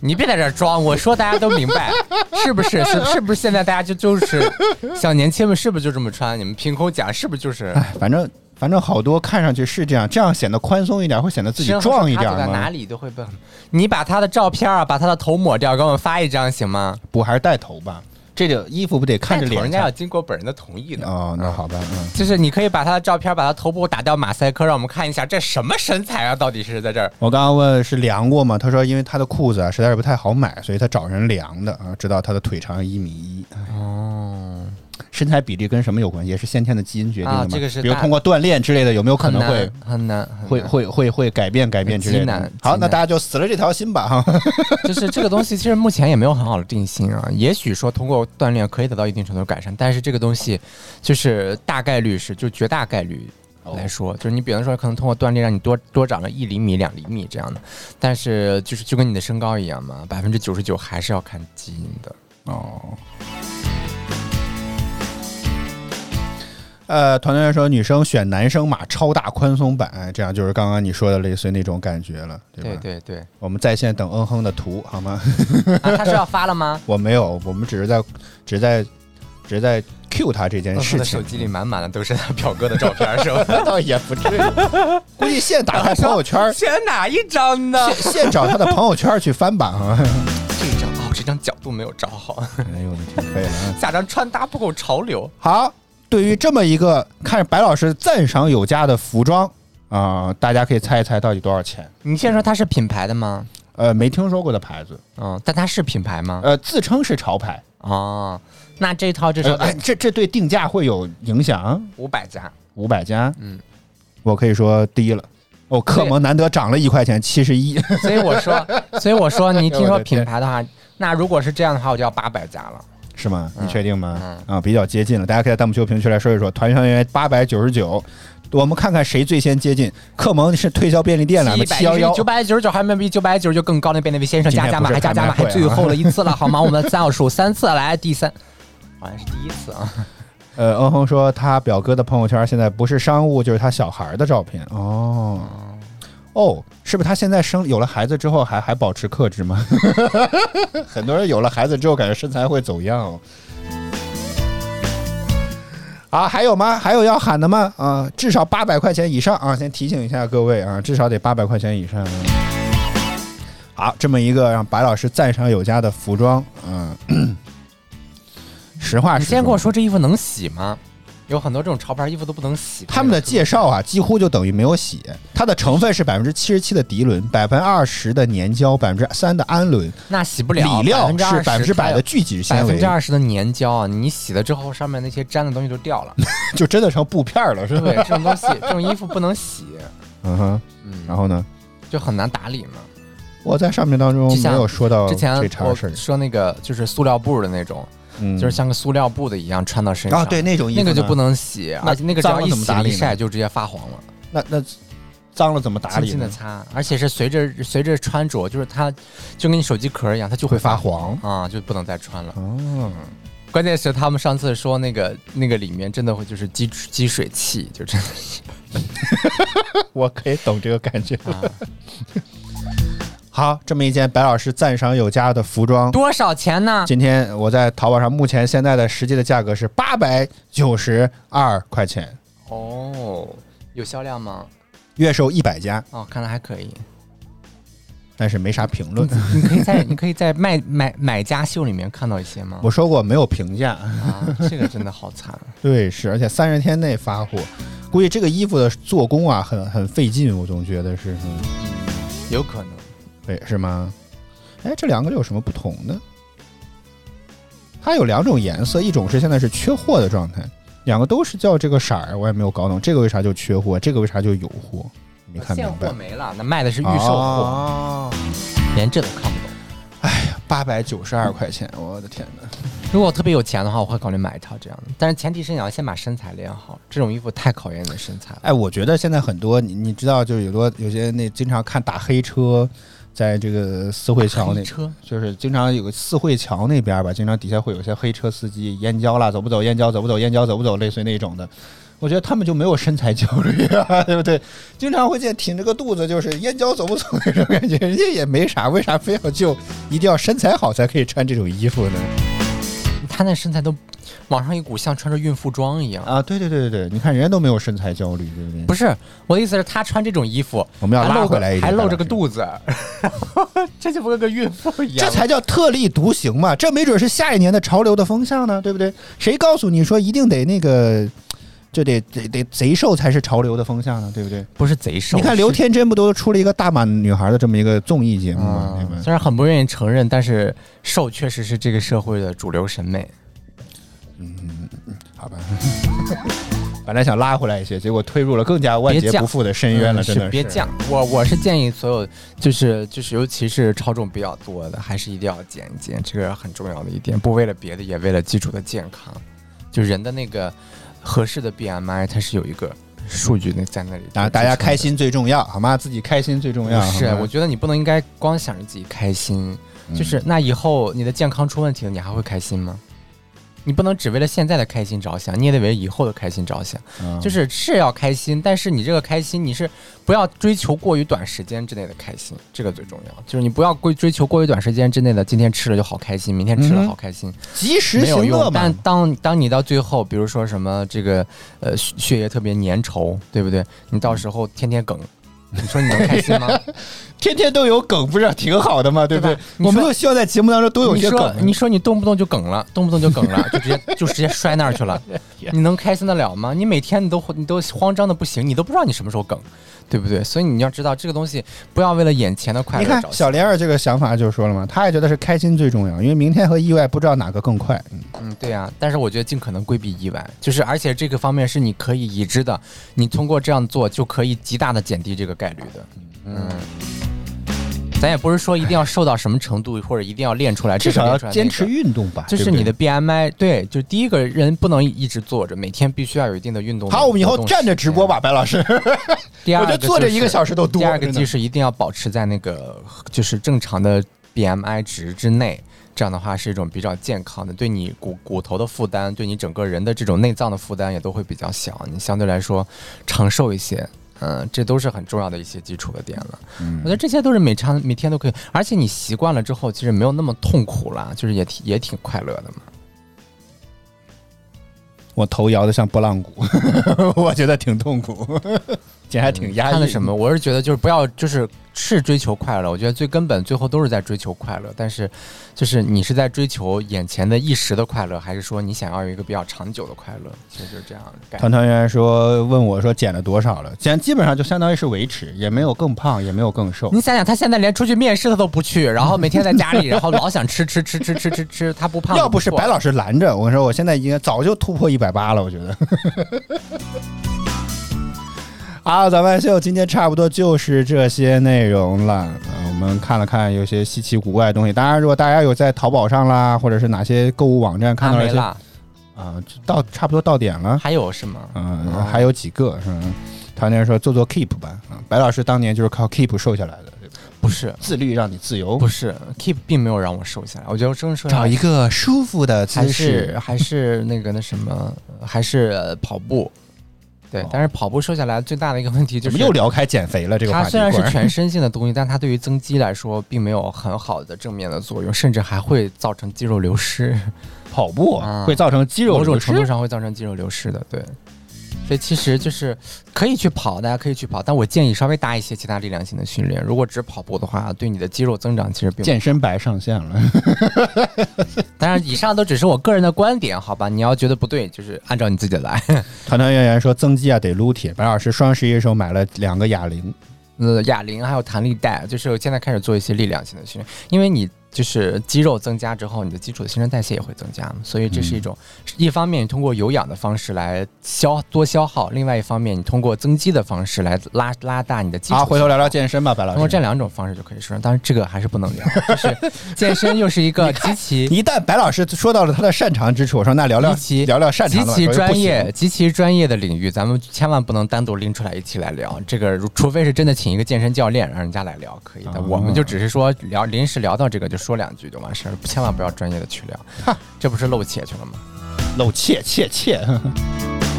[SPEAKER 2] 你别在这儿装， *laughs* 我说大家都明白，是不是？是是不是现在大家就就是小年轻们是不是就这么穿？你们凭空讲是不是就是？
[SPEAKER 3] 反正反正好多看上去是这样，这样显得宽松一点，会显得自己
[SPEAKER 2] 身后
[SPEAKER 3] 壮一
[SPEAKER 2] 他
[SPEAKER 3] 点
[SPEAKER 2] 走到哪
[SPEAKER 3] 吗？
[SPEAKER 2] 里都会被。你把他的照片啊，把他的头抹掉，给我们发一张行
[SPEAKER 3] *laughs*
[SPEAKER 2] 吗？哎
[SPEAKER 3] 不还是带头吧？这个衣服不得看着
[SPEAKER 2] 带头
[SPEAKER 3] 脸
[SPEAKER 2] 人家要
[SPEAKER 3] 才？
[SPEAKER 2] 经过本人的同意的。
[SPEAKER 3] 哦，那好吧，嗯。
[SPEAKER 2] 就是你可以把他的照片，把他头部打掉马赛克，让我们看一下这什么身材啊？到底是在这儿？
[SPEAKER 3] 我刚刚问是量过吗？他说因为他的裤子啊实在是不太好买，所以他找人量的啊，知道他的腿长一米一。哦，身材比例跟什么有关系？也是先天的基因决定的吗？
[SPEAKER 2] 啊这个是
[SPEAKER 3] 比如
[SPEAKER 2] 大
[SPEAKER 3] 通过锻炼之类的，有没有可
[SPEAKER 2] 很
[SPEAKER 3] 能会
[SPEAKER 2] 难，很难，很难
[SPEAKER 3] 会会会会改变改变之类
[SPEAKER 2] 极
[SPEAKER 3] 的
[SPEAKER 2] 难？
[SPEAKER 3] 好，
[SPEAKER 2] 极
[SPEAKER 3] 那
[SPEAKER 2] 难
[SPEAKER 3] 大家就死了这条心吧哈。
[SPEAKER 2] 就是这个东西，其实目前也没有很好的定性啊。也许说通过锻炼可以得到一定程度的改善，但是这个东西就是大概率是，就绝大概率来说，就是你比方说可能通过锻炼让你多多长了一厘米、两厘米这样的，但是就是就跟你的身高一样嘛，百分之九十九还是要看基因的。
[SPEAKER 3] 哦。呃，团队员说女生选男生码超大宽松版，哎这样就是刚刚你说的类似于那种感觉了，对吧？
[SPEAKER 2] 对对对，
[SPEAKER 3] 我们在线等嗯哼的图好吗？ *laughs*
[SPEAKER 2] 啊，他是要发了 *laughs* 吗？
[SPEAKER 3] 我没有，我们只是在，只是在，只是在 cue 他这件
[SPEAKER 2] 我
[SPEAKER 3] 事
[SPEAKER 2] 的
[SPEAKER 3] 情
[SPEAKER 2] 手。机里满满的都是他表哥的照片，是 *laughs* 吧？，
[SPEAKER 3] *laughs* 倒也不至于，估计现打开朋友
[SPEAKER 2] *laughs*
[SPEAKER 3] 圈
[SPEAKER 2] 选哪一张呢？
[SPEAKER 3] 现现找他的朋友圈去翻版啊！ *laughs*
[SPEAKER 2] 这张哦，这张角度没有找好，
[SPEAKER 3] 哎呦我的天，可以了啊！
[SPEAKER 2] 下张穿搭不够潮流。
[SPEAKER 3] 好，对于这么一个看着白老师赞赏有加的服装啊、大家可以猜一猜到底多少钱？
[SPEAKER 2] 你现在说它是品牌的吗？
[SPEAKER 3] 呃，没听说过的牌子，
[SPEAKER 2] 嗯，但它是品牌吗？
[SPEAKER 3] 呃，自称是潮牌，
[SPEAKER 2] 哦，那这套这
[SPEAKER 3] 呃
[SPEAKER 2] 是
[SPEAKER 3] 哎，这这对定价会有影响？
[SPEAKER 2] 五百加，
[SPEAKER 3] 五百加，
[SPEAKER 2] 嗯，
[SPEAKER 3] 我可以说低了。哦，克蒙难得涨了一块钱，七十一。 *laughs*
[SPEAKER 2] 所以我说，所以我说，你听
[SPEAKER 3] 我
[SPEAKER 2] 说
[SPEAKER 3] 的
[SPEAKER 2] 品
[SPEAKER 3] 天
[SPEAKER 2] 牌的话，那如果是这样的话，我就要八百加了。
[SPEAKER 3] 是吗？你确定吗？啊，比较接近了，大家可以在弹幕区和评论区来说一说。团团圆八百九十九，我们看看谁最先接近。克蒙是推销便利店来吗？七幺幺
[SPEAKER 2] 九。百九十九还没比九百九十九更高，那边那位先生
[SPEAKER 3] 今天
[SPEAKER 2] 加价码
[SPEAKER 3] 不是
[SPEAKER 2] 还加价码，
[SPEAKER 3] 拍卖会
[SPEAKER 2] 还
[SPEAKER 3] 啊
[SPEAKER 2] 最后了一次
[SPEAKER 3] *laughs*
[SPEAKER 2] 了，好吗？我们倒数三次，来第三，好像是第一次啊。
[SPEAKER 3] 呃，嗯哼说他表哥的朋友圈现在不是商务就是他小孩的照片哦。哦，是不是他现在生有了孩子之后还还保持克制吗？ *laughs* 很多人有了孩子之后，感觉身材会走样哦。啊，还有吗？还有要喊的吗？啊，至少八百块钱以上啊！先提醒一下各位啊，至少得八百块钱以上、啊。好，这么一个让白老师赞赏有加的服装，嗯， *coughs* 实话
[SPEAKER 2] 你
[SPEAKER 3] 实说，
[SPEAKER 2] 先跟我说这衣服能洗吗？有很多这种潮牌衣服都不能洗。
[SPEAKER 3] 他们的介绍啊，几乎就等于没有洗。它的成分是百分之七十七的涤纶，百分之二十的粘胶，百分之三的氨纶，
[SPEAKER 2] 那洗不
[SPEAKER 3] 里
[SPEAKER 2] 了，
[SPEAKER 3] 料是
[SPEAKER 2] 百
[SPEAKER 3] 百分之百的聚酯
[SPEAKER 2] 百
[SPEAKER 3] 纤
[SPEAKER 2] 分
[SPEAKER 3] 维
[SPEAKER 2] 之，二十的粘胶啊，你洗了之后上面那些粘的东西都掉了。
[SPEAKER 3] 就真的成布片了，是吧
[SPEAKER 2] 对，？这种
[SPEAKER 3] *laughs*
[SPEAKER 2] 东西，这种衣服不能洗，
[SPEAKER 3] 嗯哼，然后呢？
[SPEAKER 2] 就很难打理嘛。
[SPEAKER 3] 我在上面当中
[SPEAKER 2] 之
[SPEAKER 3] 没
[SPEAKER 2] 前
[SPEAKER 3] 有说到
[SPEAKER 2] 之前
[SPEAKER 3] 哦这茬
[SPEAKER 2] 我
[SPEAKER 3] 事儿，
[SPEAKER 2] 说那个就是塑料布的那种，
[SPEAKER 3] 嗯
[SPEAKER 2] 就是像个塑料布的一样穿到身上。
[SPEAKER 3] 啊，对，那种衣服
[SPEAKER 2] 那个就
[SPEAKER 3] 呢
[SPEAKER 2] 不，能洗，
[SPEAKER 3] 那
[SPEAKER 2] 而且那个只
[SPEAKER 3] 脏
[SPEAKER 2] 要
[SPEAKER 3] 了
[SPEAKER 2] 一
[SPEAKER 3] 怎么
[SPEAKER 2] 洗
[SPEAKER 3] 打理
[SPEAKER 2] 一
[SPEAKER 3] 呢
[SPEAKER 2] 晒就直接发黄了，
[SPEAKER 3] 那那脏了怎么打
[SPEAKER 2] 轻
[SPEAKER 3] 理
[SPEAKER 2] 轻的
[SPEAKER 3] 呢？
[SPEAKER 2] 擦，而且是随着随着穿着，就是它就跟你手机壳一样，它就
[SPEAKER 3] 会
[SPEAKER 2] 会
[SPEAKER 3] 发
[SPEAKER 2] 发 *laughs*
[SPEAKER 3] 黄
[SPEAKER 2] 啊，就不能再穿了。
[SPEAKER 3] 嗯哦，
[SPEAKER 2] 关键是他们上次说那个那个里面真的会就是积积水汽，就真的是啊
[SPEAKER 3] 我可以懂这个感觉。 *laughs* 好，这么一件白老师赞赏有加的服装，
[SPEAKER 4] 多少钱呢？
[SPEAKER 3] 今天我在淘宝上目前现在的实际的价格是八百九十二块钱，
[SPEAKER 2] 哦，有销量吗？
[SPEAKER 3] 月售一百家，
[SPEAKER 2] 哦，看来还可以。
[SPEAKER 3] 但是没啥评论。
[SPEAKER 2] 你可以在你可以在卖买买家秀里面看到一些吗？
[SPEAKER 3] 我说过没有评价，
[SPEAKER 2] 啊，这个真的好惨。啊
[SPEAKER 3] 对，是，而且三十天内发货，估计这个衣服的做工啊，很很费劲，我总觉得是，嗯，
[SPEAKER 2] 有可能。
[SPEAKER 3] 对，是吗？哎，这两个有什么不同呢？它有两种颜色，一种是现在是缺货的状态，两个都是叫这个色儿，我也没有搞懂这个为啥就缺货，这个为啥就有货，没看明
[SPEAKER 2] 现
[SPEAKER 3] 白哦
[SPEAKER 2] 货。没了，那卖的是预售货，连这都看不懂。
[SPEAKER 3] 八百九十二块钱，我的天哪！
[SPEAKER 2] 如果我特别有钱的话，我会考虑买一套这样的，但是前提是你要先把身材练好。这种衣服太考验你的身材了。
[SPEAKER 3] 哎，我觉得现在很多你你知道，就有多有些那经常看打黑车，在这个四惠桥那
[SPEAKER 2] 黑车
[SPEAKER 3] 就是经常有个四惠桥那边吧，经常底下会有些黑车司机燕郊啦，走不走燕郊，走不走燕郊，走不走，类似于那种的。我觉得他们就没有身材焦虑啊， *laughs* 对不对？经常会见挺着个肚子，就是燕郊走不走那种感觉，人家也没啥，为 *laughs* 啥非要就一定要身材好才可以穿这种衣服呢？
[SPEAKER 2] 他那身材都往上一股，像穿着孕妇装一样。
[SPEAKER 3] 啊，对对对对对，你看人家都没有身材焦虑，对不对？
[SPEAKER 2] 不是我的意思是，他穿这种衣服，
[SPEAKER 3] 我们要
[SPEAKER 2] 还
[SPEAKER 3] 拉
[SPEAKER 2] 露
[SPEAKER 3] 回
[SPEAKER 2] 个
[SPEAKER 3] 来一点
[SPEAKER 2] 还露
[SPEAKER 3] 白
[SPEAKER 2] 着
[SPEAKER 3] 老
[SPEAKER 2] 个
[SPEAKER 3] 师
[SPEAKER 2] 肚子， *laughs* 这就不跟个孕妇一样
[SPEAKER 3] 这
[SPEAKER 2] 了。
[SPEAKER 3] 才叫特立独行嘛！这没准是下一年的潮流的风向呢，对不对？谁告诉你说一定得那个，就得得得贼瘦才是潮流的风向呢，对不对？
[SPEAKER 2] 不是贼瘦。
[SPEAKER 3] 你看刘天真不都出了一个大码女孩的这么一个综艺节目
[SPEAKER 2] 啊
[SPEAKER 3] 吗？对，吧？
[SPEAKER 2] 虽然很不愿意承认，但是瘦确实是这个社会的主流审美。
[SPEAKER 3] 好吧。 *laughs* 本来想拉回来一些，结果推入了更加万劫
[SPEAKER 2] 别犟
[SPEAKER 3] 不复的深渊
[SPEAKER 2] 嗯
[SPEAKER 3] 了，真的是。
[SPEAKER 2] 别犟，我我是建议所有就是就是尤其是超重比较多的，还是一定要减一减，这个很重要的一点，不为了别的，也为了基础的健康。就人的那个合适的 BMI，它是有一个数据那在那里。
[SPEAKER 3] 啊！大家开。心最重要，好吗？自己开心最重
[SPEAKER 2] 不
[SPEAKER 3] 要。
[SPEAKER 2] 是
[SPEAKER 3] 啊好，吗嗯
[SPEAKER 2] 我觉得你不能应该光想着自己开心，就是那以后你的健康出问题了，你还会开心吗？你不能只为了现在的开心着想，你也得为以后的开心着想。
[SPEAKER 3] 嗯
[SPEAKER 2] 就是是要开心，但是你这个开心，你是不要追求过于短时间之内的开心，这个最重要。就是你不要过追求过于短时间之内的，今天吃了就好开心，明天吃
[SPEAKER 3] 嗯
[SPEAKER 2] 了
[SPEAKER 3] 哼
[SPEAKER 2] 好开心，
[SPEAKER 3] 及时
[SPEAKER 2] 没有
[SPEAKER 3] 行乐
[SPEAKER 2] 用。
[SPEAKER 3] 嘛
[SPEAKER 2] 但。当当你到最后，比如说什么这个呃血血液特别粘稠，对不对？你到时候天天梗，你说你能开心吗？
[SPEAKER 3] 天天都有梗，不是挺好的吗？对不对
[SPEAKER 2] 对吧？你
[SPEAKER 3] 我们
[SPEAKER 2] 说
[SPEAKER 3] 都希望在节目当中都有一
[SPEAKER 2] 你
[SPEAKER 3] 些
[SPEAKER 2] 说
[SPEAKER 3] 梗。
[SPEAKER 2] 你说你动不动就梗了，动不动就梗了，就直接就直接摔那儿去
[SPEAKER 3] *laughs*
[SPEAKER 2] 了，你能开心得了吗？你每天你都你都慌张的不行，你都不知道你什么时候梗，对不对？所以你要知道这个东西，不要为了眼前的快
[SPEAKER 3] 你
[SPEAKER 2] 乐
[SPEAKER 3] 看
[SPEAKER 2] 着
[SPEAKER 3] 小
[SPEAKER 2] 想。
[SPEAKER 3] 莲儿这个想法就说了嘛，她也觉得是开心最重要，因为明天和意外不知道哪个更快。嗯
[SPEAKER 2] 嗯，对啊。但是我觉得尽可能规避意外，就是而且这个方面是你可以已知的，你通过这样做就可以极大的减低这个概率的。嗯。咱也不是说一定要瘦到什么程度，或者一定要练出来，
[SPEAKER 3] 至少要
[SPEAKER 2] 这个练出来那
[SPEAKER 3] 坚
[SPEAKER 2] 个
[SPEAKER 3] 持运动吧，
[SPEAKER 2] 就是
[SPEAKER 3] 对不对
[SPEAKER 2] 你的。BMI，对，就是第一个人不能一直坐着，每天必须要有一定的运动。
[SPEAKER 3] 好，我们以后
[SPEAKER 2] 活动
[SPEAKER 3] 站着直播吧，白老师。
[SPEAKER 2] 时间。第二
[SPEAKER 3] *laughs* 我觉
[SPEAKER 2] 个
[SPEAKER 3] 得
[SPEAKER 2] 就是、
[SPEAKER 3] 坐着一个小时都多
[SPEAKER 2] 第二个
[SPEAKER 3] 真的
[SPEAKER 2] 就是一定要保持在那个就是正常的 BMI 值之内，这样的话是一种比较健康的，对你骨骨头的负担，对你整个人的这种内脏的负担也都会比较小，你相对来说长寿一些。嗯，这都是很重要的一些基础的点了。
[SPEAKER 3] 嗯
[SPEAKER 2] 我觉得这些都是每常每天都可以，而且你习惯了之后，其实没有那么痛苦啦，就是也挺也挺快乐的嘛。
[SPEAKER 3] 我头摇的像拨浪鼓， *laughs* 我觉得挺痛苦， *laughs* 这还挺压抑。
[SPEAKER 2] 看了什么？？我是觉得就是不要，就是是追求快乐。我觉得最根本，最后都是在追求快乐。但是，就是你是在追求眼前的一时的快乐，还是说你想要有一个比较长久的快乐？其实就是这样的感觉
[SPEAKER 3] 团。团圆说问我说减了多少了？减基本上就相当于是维持，也没有更胖，也没有更瘦。
[SPEAKER 2] 你想想，他现在连出去面试他都不去，然后每天在家里，然后老想吃吃吃吃吃吃吃，他不胖。
[SPEAKER 3] 要不是白老
[SPEAKER 2] 师，
[SPEAKER 3] 师拦着，我跟你说我现在已经早就突破一百八了，我觉得。 *laughs* 好，咱们秀今天差不多就是这些内容了。呃我们看了看有些稀奇古怪的东西，当然如果大家有在淘宝上啦，或者是哪些购物网站看
[SPEAKER 2] 看
[SPEAKER 3] 到
[SPEAKER 2] 没
[SPEAKER 3] 一些啊、
[SPEAKER 2] 了，
[SPEAKER 3] 到差不多到点了，
[SPEAKER 2] 还有是吗？
[SPEAKER 3] 嗯、
[SPEAKER 2] 哦
[SPEAKER 3] 还有几个是吧。唐年说做做 keep 吧，啊，白老师当年就是靠 keep 瘦下来的，对吧
[SPEAKER 2] 不是，
[SPEAKER 3] 自律让你自由
[SPEAKER 2] 不，是，Keep 并没有让我瘦下来。我觉得我真瘦下
[SPEAKER 3] 找
[SPEAKER 2] 来
[SPEAKER 3] 一个舒服的
[SPEAKER 2] 还
[SPEAKER 3] 姿势 *laughs*
[SPEAKER 2] 是，还是那个那什么，还是呃跑步。对，但是跑步瘦下来最大的一个问题就
[SPEAKER 3] 哦怎
[SPEAKER 2] 是
[SPEAKER 3] 么又聊开减肥了？这个话
[SPEAKER 2] 它
[SPEAKER 3] 题
[SPEAKER 2] 虽然是
[SPEAKER 3] 果
[SPEAKER 2] 全身性的东西，但它对于增肌来说并没有很好的正面的作用，甚至还会造成肌肉流失，
[SPEAKER 3] 跑步
[SPEAKER 2] 啊
[SPEAKER 3] 会造成肌肉
[SPEAKER 2] 某种
[SPEAKER 3] 流
[SPEAKER 2] 程度
[SPEAKER 3] 失。
[SPEAKER 2] 上会造成肌肉流失的。对，所以其实就是可以去跑，大家可以去跑，但我建议稍微搭一些其他力量性的训练。如果只跑步的话，对你的肌肉增长其实并不。
[SPEAKER 3] 健身白上线 *laughs* 了，
[SPEAKER 2] 当然，以上都只是我个人的观点，好吧？你要觉得不对，就是按照你自己来。
[SPEAKER 3] 团团圆圆说增肌啊得撸铁。白老师双十一的时候买了两个哑铃，
[SPEAKER 2] 呃，哑铃还有弹力带，就是我现在开始做一些力量性的训练，因为你就是肌肉增加之后，你的基础的新陈代谢也会增加嘛，所以这
[SPEAKER 3] 嗯
[SPEAKER 2] 是一种，一方面你通过有氧的方式来消多消耗，另外一方面你通过增肌的方式来拉拉大你的基础消耗。
[SPEAKER 3] 啊，回头聊聊健身吧，白
[SPEAKER 2] 通过
[SPEAKER 3] 老
[SPEAKER 2] 这
[SPEAKER 3] 师。
[SPEAKER 2] 两种方式就可以瘦身，当然这个还是不能聊，就
[SPEAKER 3] *laughs*
[SPEAKER 2] 是健身又是一个极其
[SPEAKER 3] 一旦白老师说到了他的擅长之处，我说那聊聊
[SPEAKER 2] 极其
[SPEAKER 3] 聊聊擅
[SPEAKER 2] 极
[SPEAKER 3] 长的吧，
[SPEAKER 2] 其
[SPEAKER 3] 我说不
[SPEAKER 2] 专
[SPEAKER 3] 行
[SPEAKER 2] 业、极其专业的领域，咱们千万不能单独拎出来一起来聊。这个如除非是真的请一个健身教练，让人家来聊可以的。
[SPEAKER 3] 啊
[SPEAKER 2] 我们就只是说聊临时聊到这个就说两句就完事儿，千万不要专业的去聊，这不是露怯去了吗？
[SPEAKER 3] 露怯怯怯。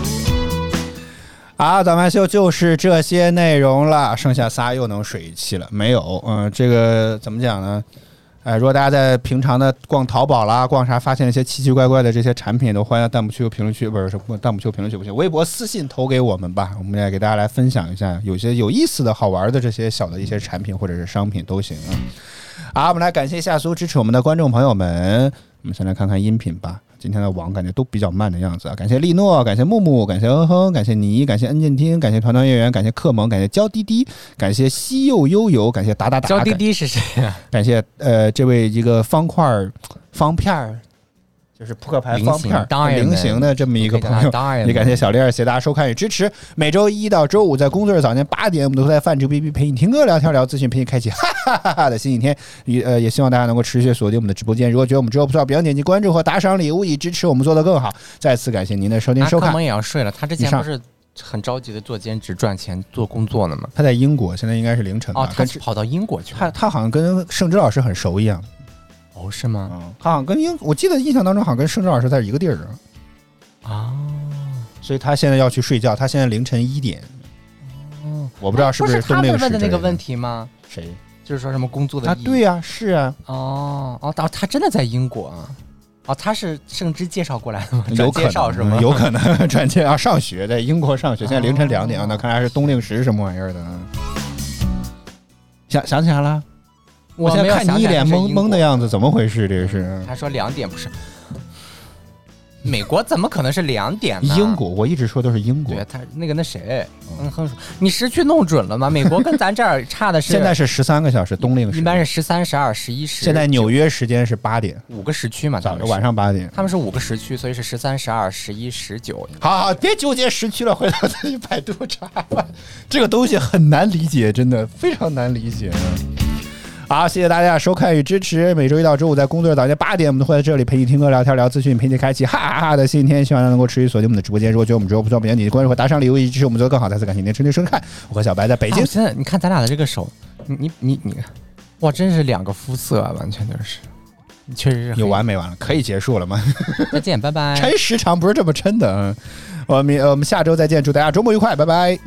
[SPEAKER 3] *laughs* 啊，早饭秀就是这些内容了，剩下仨又能水一期了。没有，嗯、这个怎么讲呢？哎，如果大家在平常的逛淘宝啦、逛啥，发现一些奇奇怪怪的这些产品，都欢迎弹幕区和评论区，不是不弹幕区和评论区不行，微博私信投给我们吧，我们也给大家来分享一下，有些有意思的好玩的这些小的一些产品或者是商品都行啊。好，我们来感谢夏苏支持我们的观众朋友们。我们先来看看音频吧。今天的网感觉都比较慢的样子啊！感谢利诺，感谢木木，感谢哼哼，感谢你，感谢恩健听，感谢团团圆圆，感谢克蒙，感谢娇滴滴，感谢西柚悠悠，感谢达达达，
[SPEAKER 2] 娇滴滴是谁啊呀、
[SPEAKER 3] 感谢呃这位一个方块儿方片儿，就是扑克牌
[SPEAKER 2] 菱
[SPEAKER 3] 方片儿
[SPEAKER 2] 形当然
[SPEAKER 3] 菱形的这么一个朋友，
[SPEAKER 2] 当然
[SPEAKER 3] 也感谢小丽儿谢谢大家收看与支持。每周一到周五在工作日早间八点，我们都会在饭局 B B 陪你听歌、聊天、聊资讯，陪你开启哈哈哈哈的新一天。也呃，也希望大家能够持续锁定我们的直播间。如果觉得我们直播不错，别忘点击关注和打赏礼物，以支持我们做得更好。再次感谢您的收听
[SPEAKER 2] 阿
[SPEAKER 3] 收
[SPEAKER 2] 克
[SPEAKER 3] 看
[SPEAKER 2] 蒙。也要睡了，他之前
[SPEAKER 3] 以上
[SPEAKER 2] 不是很着急的做兼职赚钱做工作呢吗？
[SPEAKER 3] 他在英国，现在应该是凌晨吧？
[SPEAKER 2] 哦，他
[SPEAKER 3] 啊跟
[SPEAKER 2] 是跑到英国去
[SPEAKER 3] 他
[SPEAKER 2] 了。
[SPEAKER 3] 他好像跟盛之老师很熟一样。
[SPEAKER 2] 哦，是吗？
[SPEAKER 3] 嗯，他好像跟英，我记得印象当中好像跟盛之老师在一个地儿啊。
[SPEAKER 2] 啊，
[SPEAKER 3] 所以他现在要去睡觉，他现在凌晨一点。我不知道是
[SPEAKER 2] 哦不
[SPEAKER 3] 是
[SPEAKER 2] 他
[SPEAKER 3] 冬令
[SPEAKER 2] 们
[SPEAKER 3] 时
[SPEAKER 2] 问的
[SPEAKER 3] 之
[SPEAKER 2] 那
[SPEAKER 3] 类
[SPEAKER 2] 个问题吗？
[SPEAKER 3] 谁
[SPEAKER 2] 就是说什么工作的
[SPEAKER 3] 啊？
[SPEAKER 2] 意义
[SPEAKER 3] 对呀、是啊，
[SPEAKER 2] 哦哦，他他真的在英国啊？哦，他是圣之介绍过来的吗？
[SPEAKER 3] 有可
[SPEAKER 2] 转介绍
[SPEAKER 3] 能
[SPEAKER 2] 是吗？
[SPEAKER 3] 有可能 *laughs* 转介啊，上学在英国上学，现在凌晨两点啊，
[SPEAKER 2] 哦
[SPEAKER 3] 那看来是冬令时什么玩意儿的。嗯想想起来了，
[SPEAKER 2] 我
[SPEAKER 3] 现
[SPEAKER 2] 没
[SPEAKER 3] 在
[SPEAKER 2] 有
[SPEAKER 3] 看
[SPEAKER 2] 想
[SPEAKER 3] 你
[SPEAKER 2] 起
[SPEAKER 3] 一
[SPEAKER 2] 来
[SPEAKER 3] 脸
[SPEAKER 2] 是
[SPEAKER 3] 懵
[SPEAKER 2] 英
[SPEAKER 3] 懵的
[SPEAKER 2] 国。
[SPEAKER 3] 样子，怎么回事？这是
[SPEAKER 2] 他说两点不是，美国怎么可能是两点呢？
[SPEAKER 3] 英。国，我一直说都是英国
[SPEAKER 2] 对。他那个那谁，嗯哼说，你时区弄准了吗？美国跟咱这儿差的是，
[SPEAKER 3] 现在是十三个小时冬令时，
[SPEAKER 2] 一般是十三、十二、十一、十。
[SPEAKER 3] 现在纽约时间是八点，
[SPEAKER 2] 五个时区嘛，
[SPEAKER 3] 早
[SPEAKER 2] 他们是
[SPEAKER 3] 晚上八点。
[SPEAKER 2] 他们是五个时区，所以是十三、十二、十一、十九。
[SPEAKER 3] 好好，别纠结时区了，回头再去百度查吧。这个东西很难理解，真的非常难理解。好，谢谢大家的收看与支持。每周一到周五在工作日早间八点，我们都会在这里陪你听歌、聊天、聊资讯，陪你开启哈哈哈的新一天。希望大家能够持续锁定我们的直播间。如果觉得我们直播不错，别忘记关注和打赏礼物，以及支持我们做得更好。再次感谢您的收听收看。我和小白在北
[SPEAKER 2] 啊
[SPEAKER 3] 京
[SPEAKER 2] 我，现在你看咱俩的这个手，你你你你，哇，真是两个肤色啊，完全就是，你确实是很
[SPEAKER 3] 有完没完了？可以结束了吗？
[SPEAKER 2] 再
[SPEAKER 3] *laughs*
[SPEAKER 2] 见，拜拜。
[SPEAKER 3] 抻时长不是这么抻的。嗯，我们我们下周再见，祝大家周末愉快，拜拜。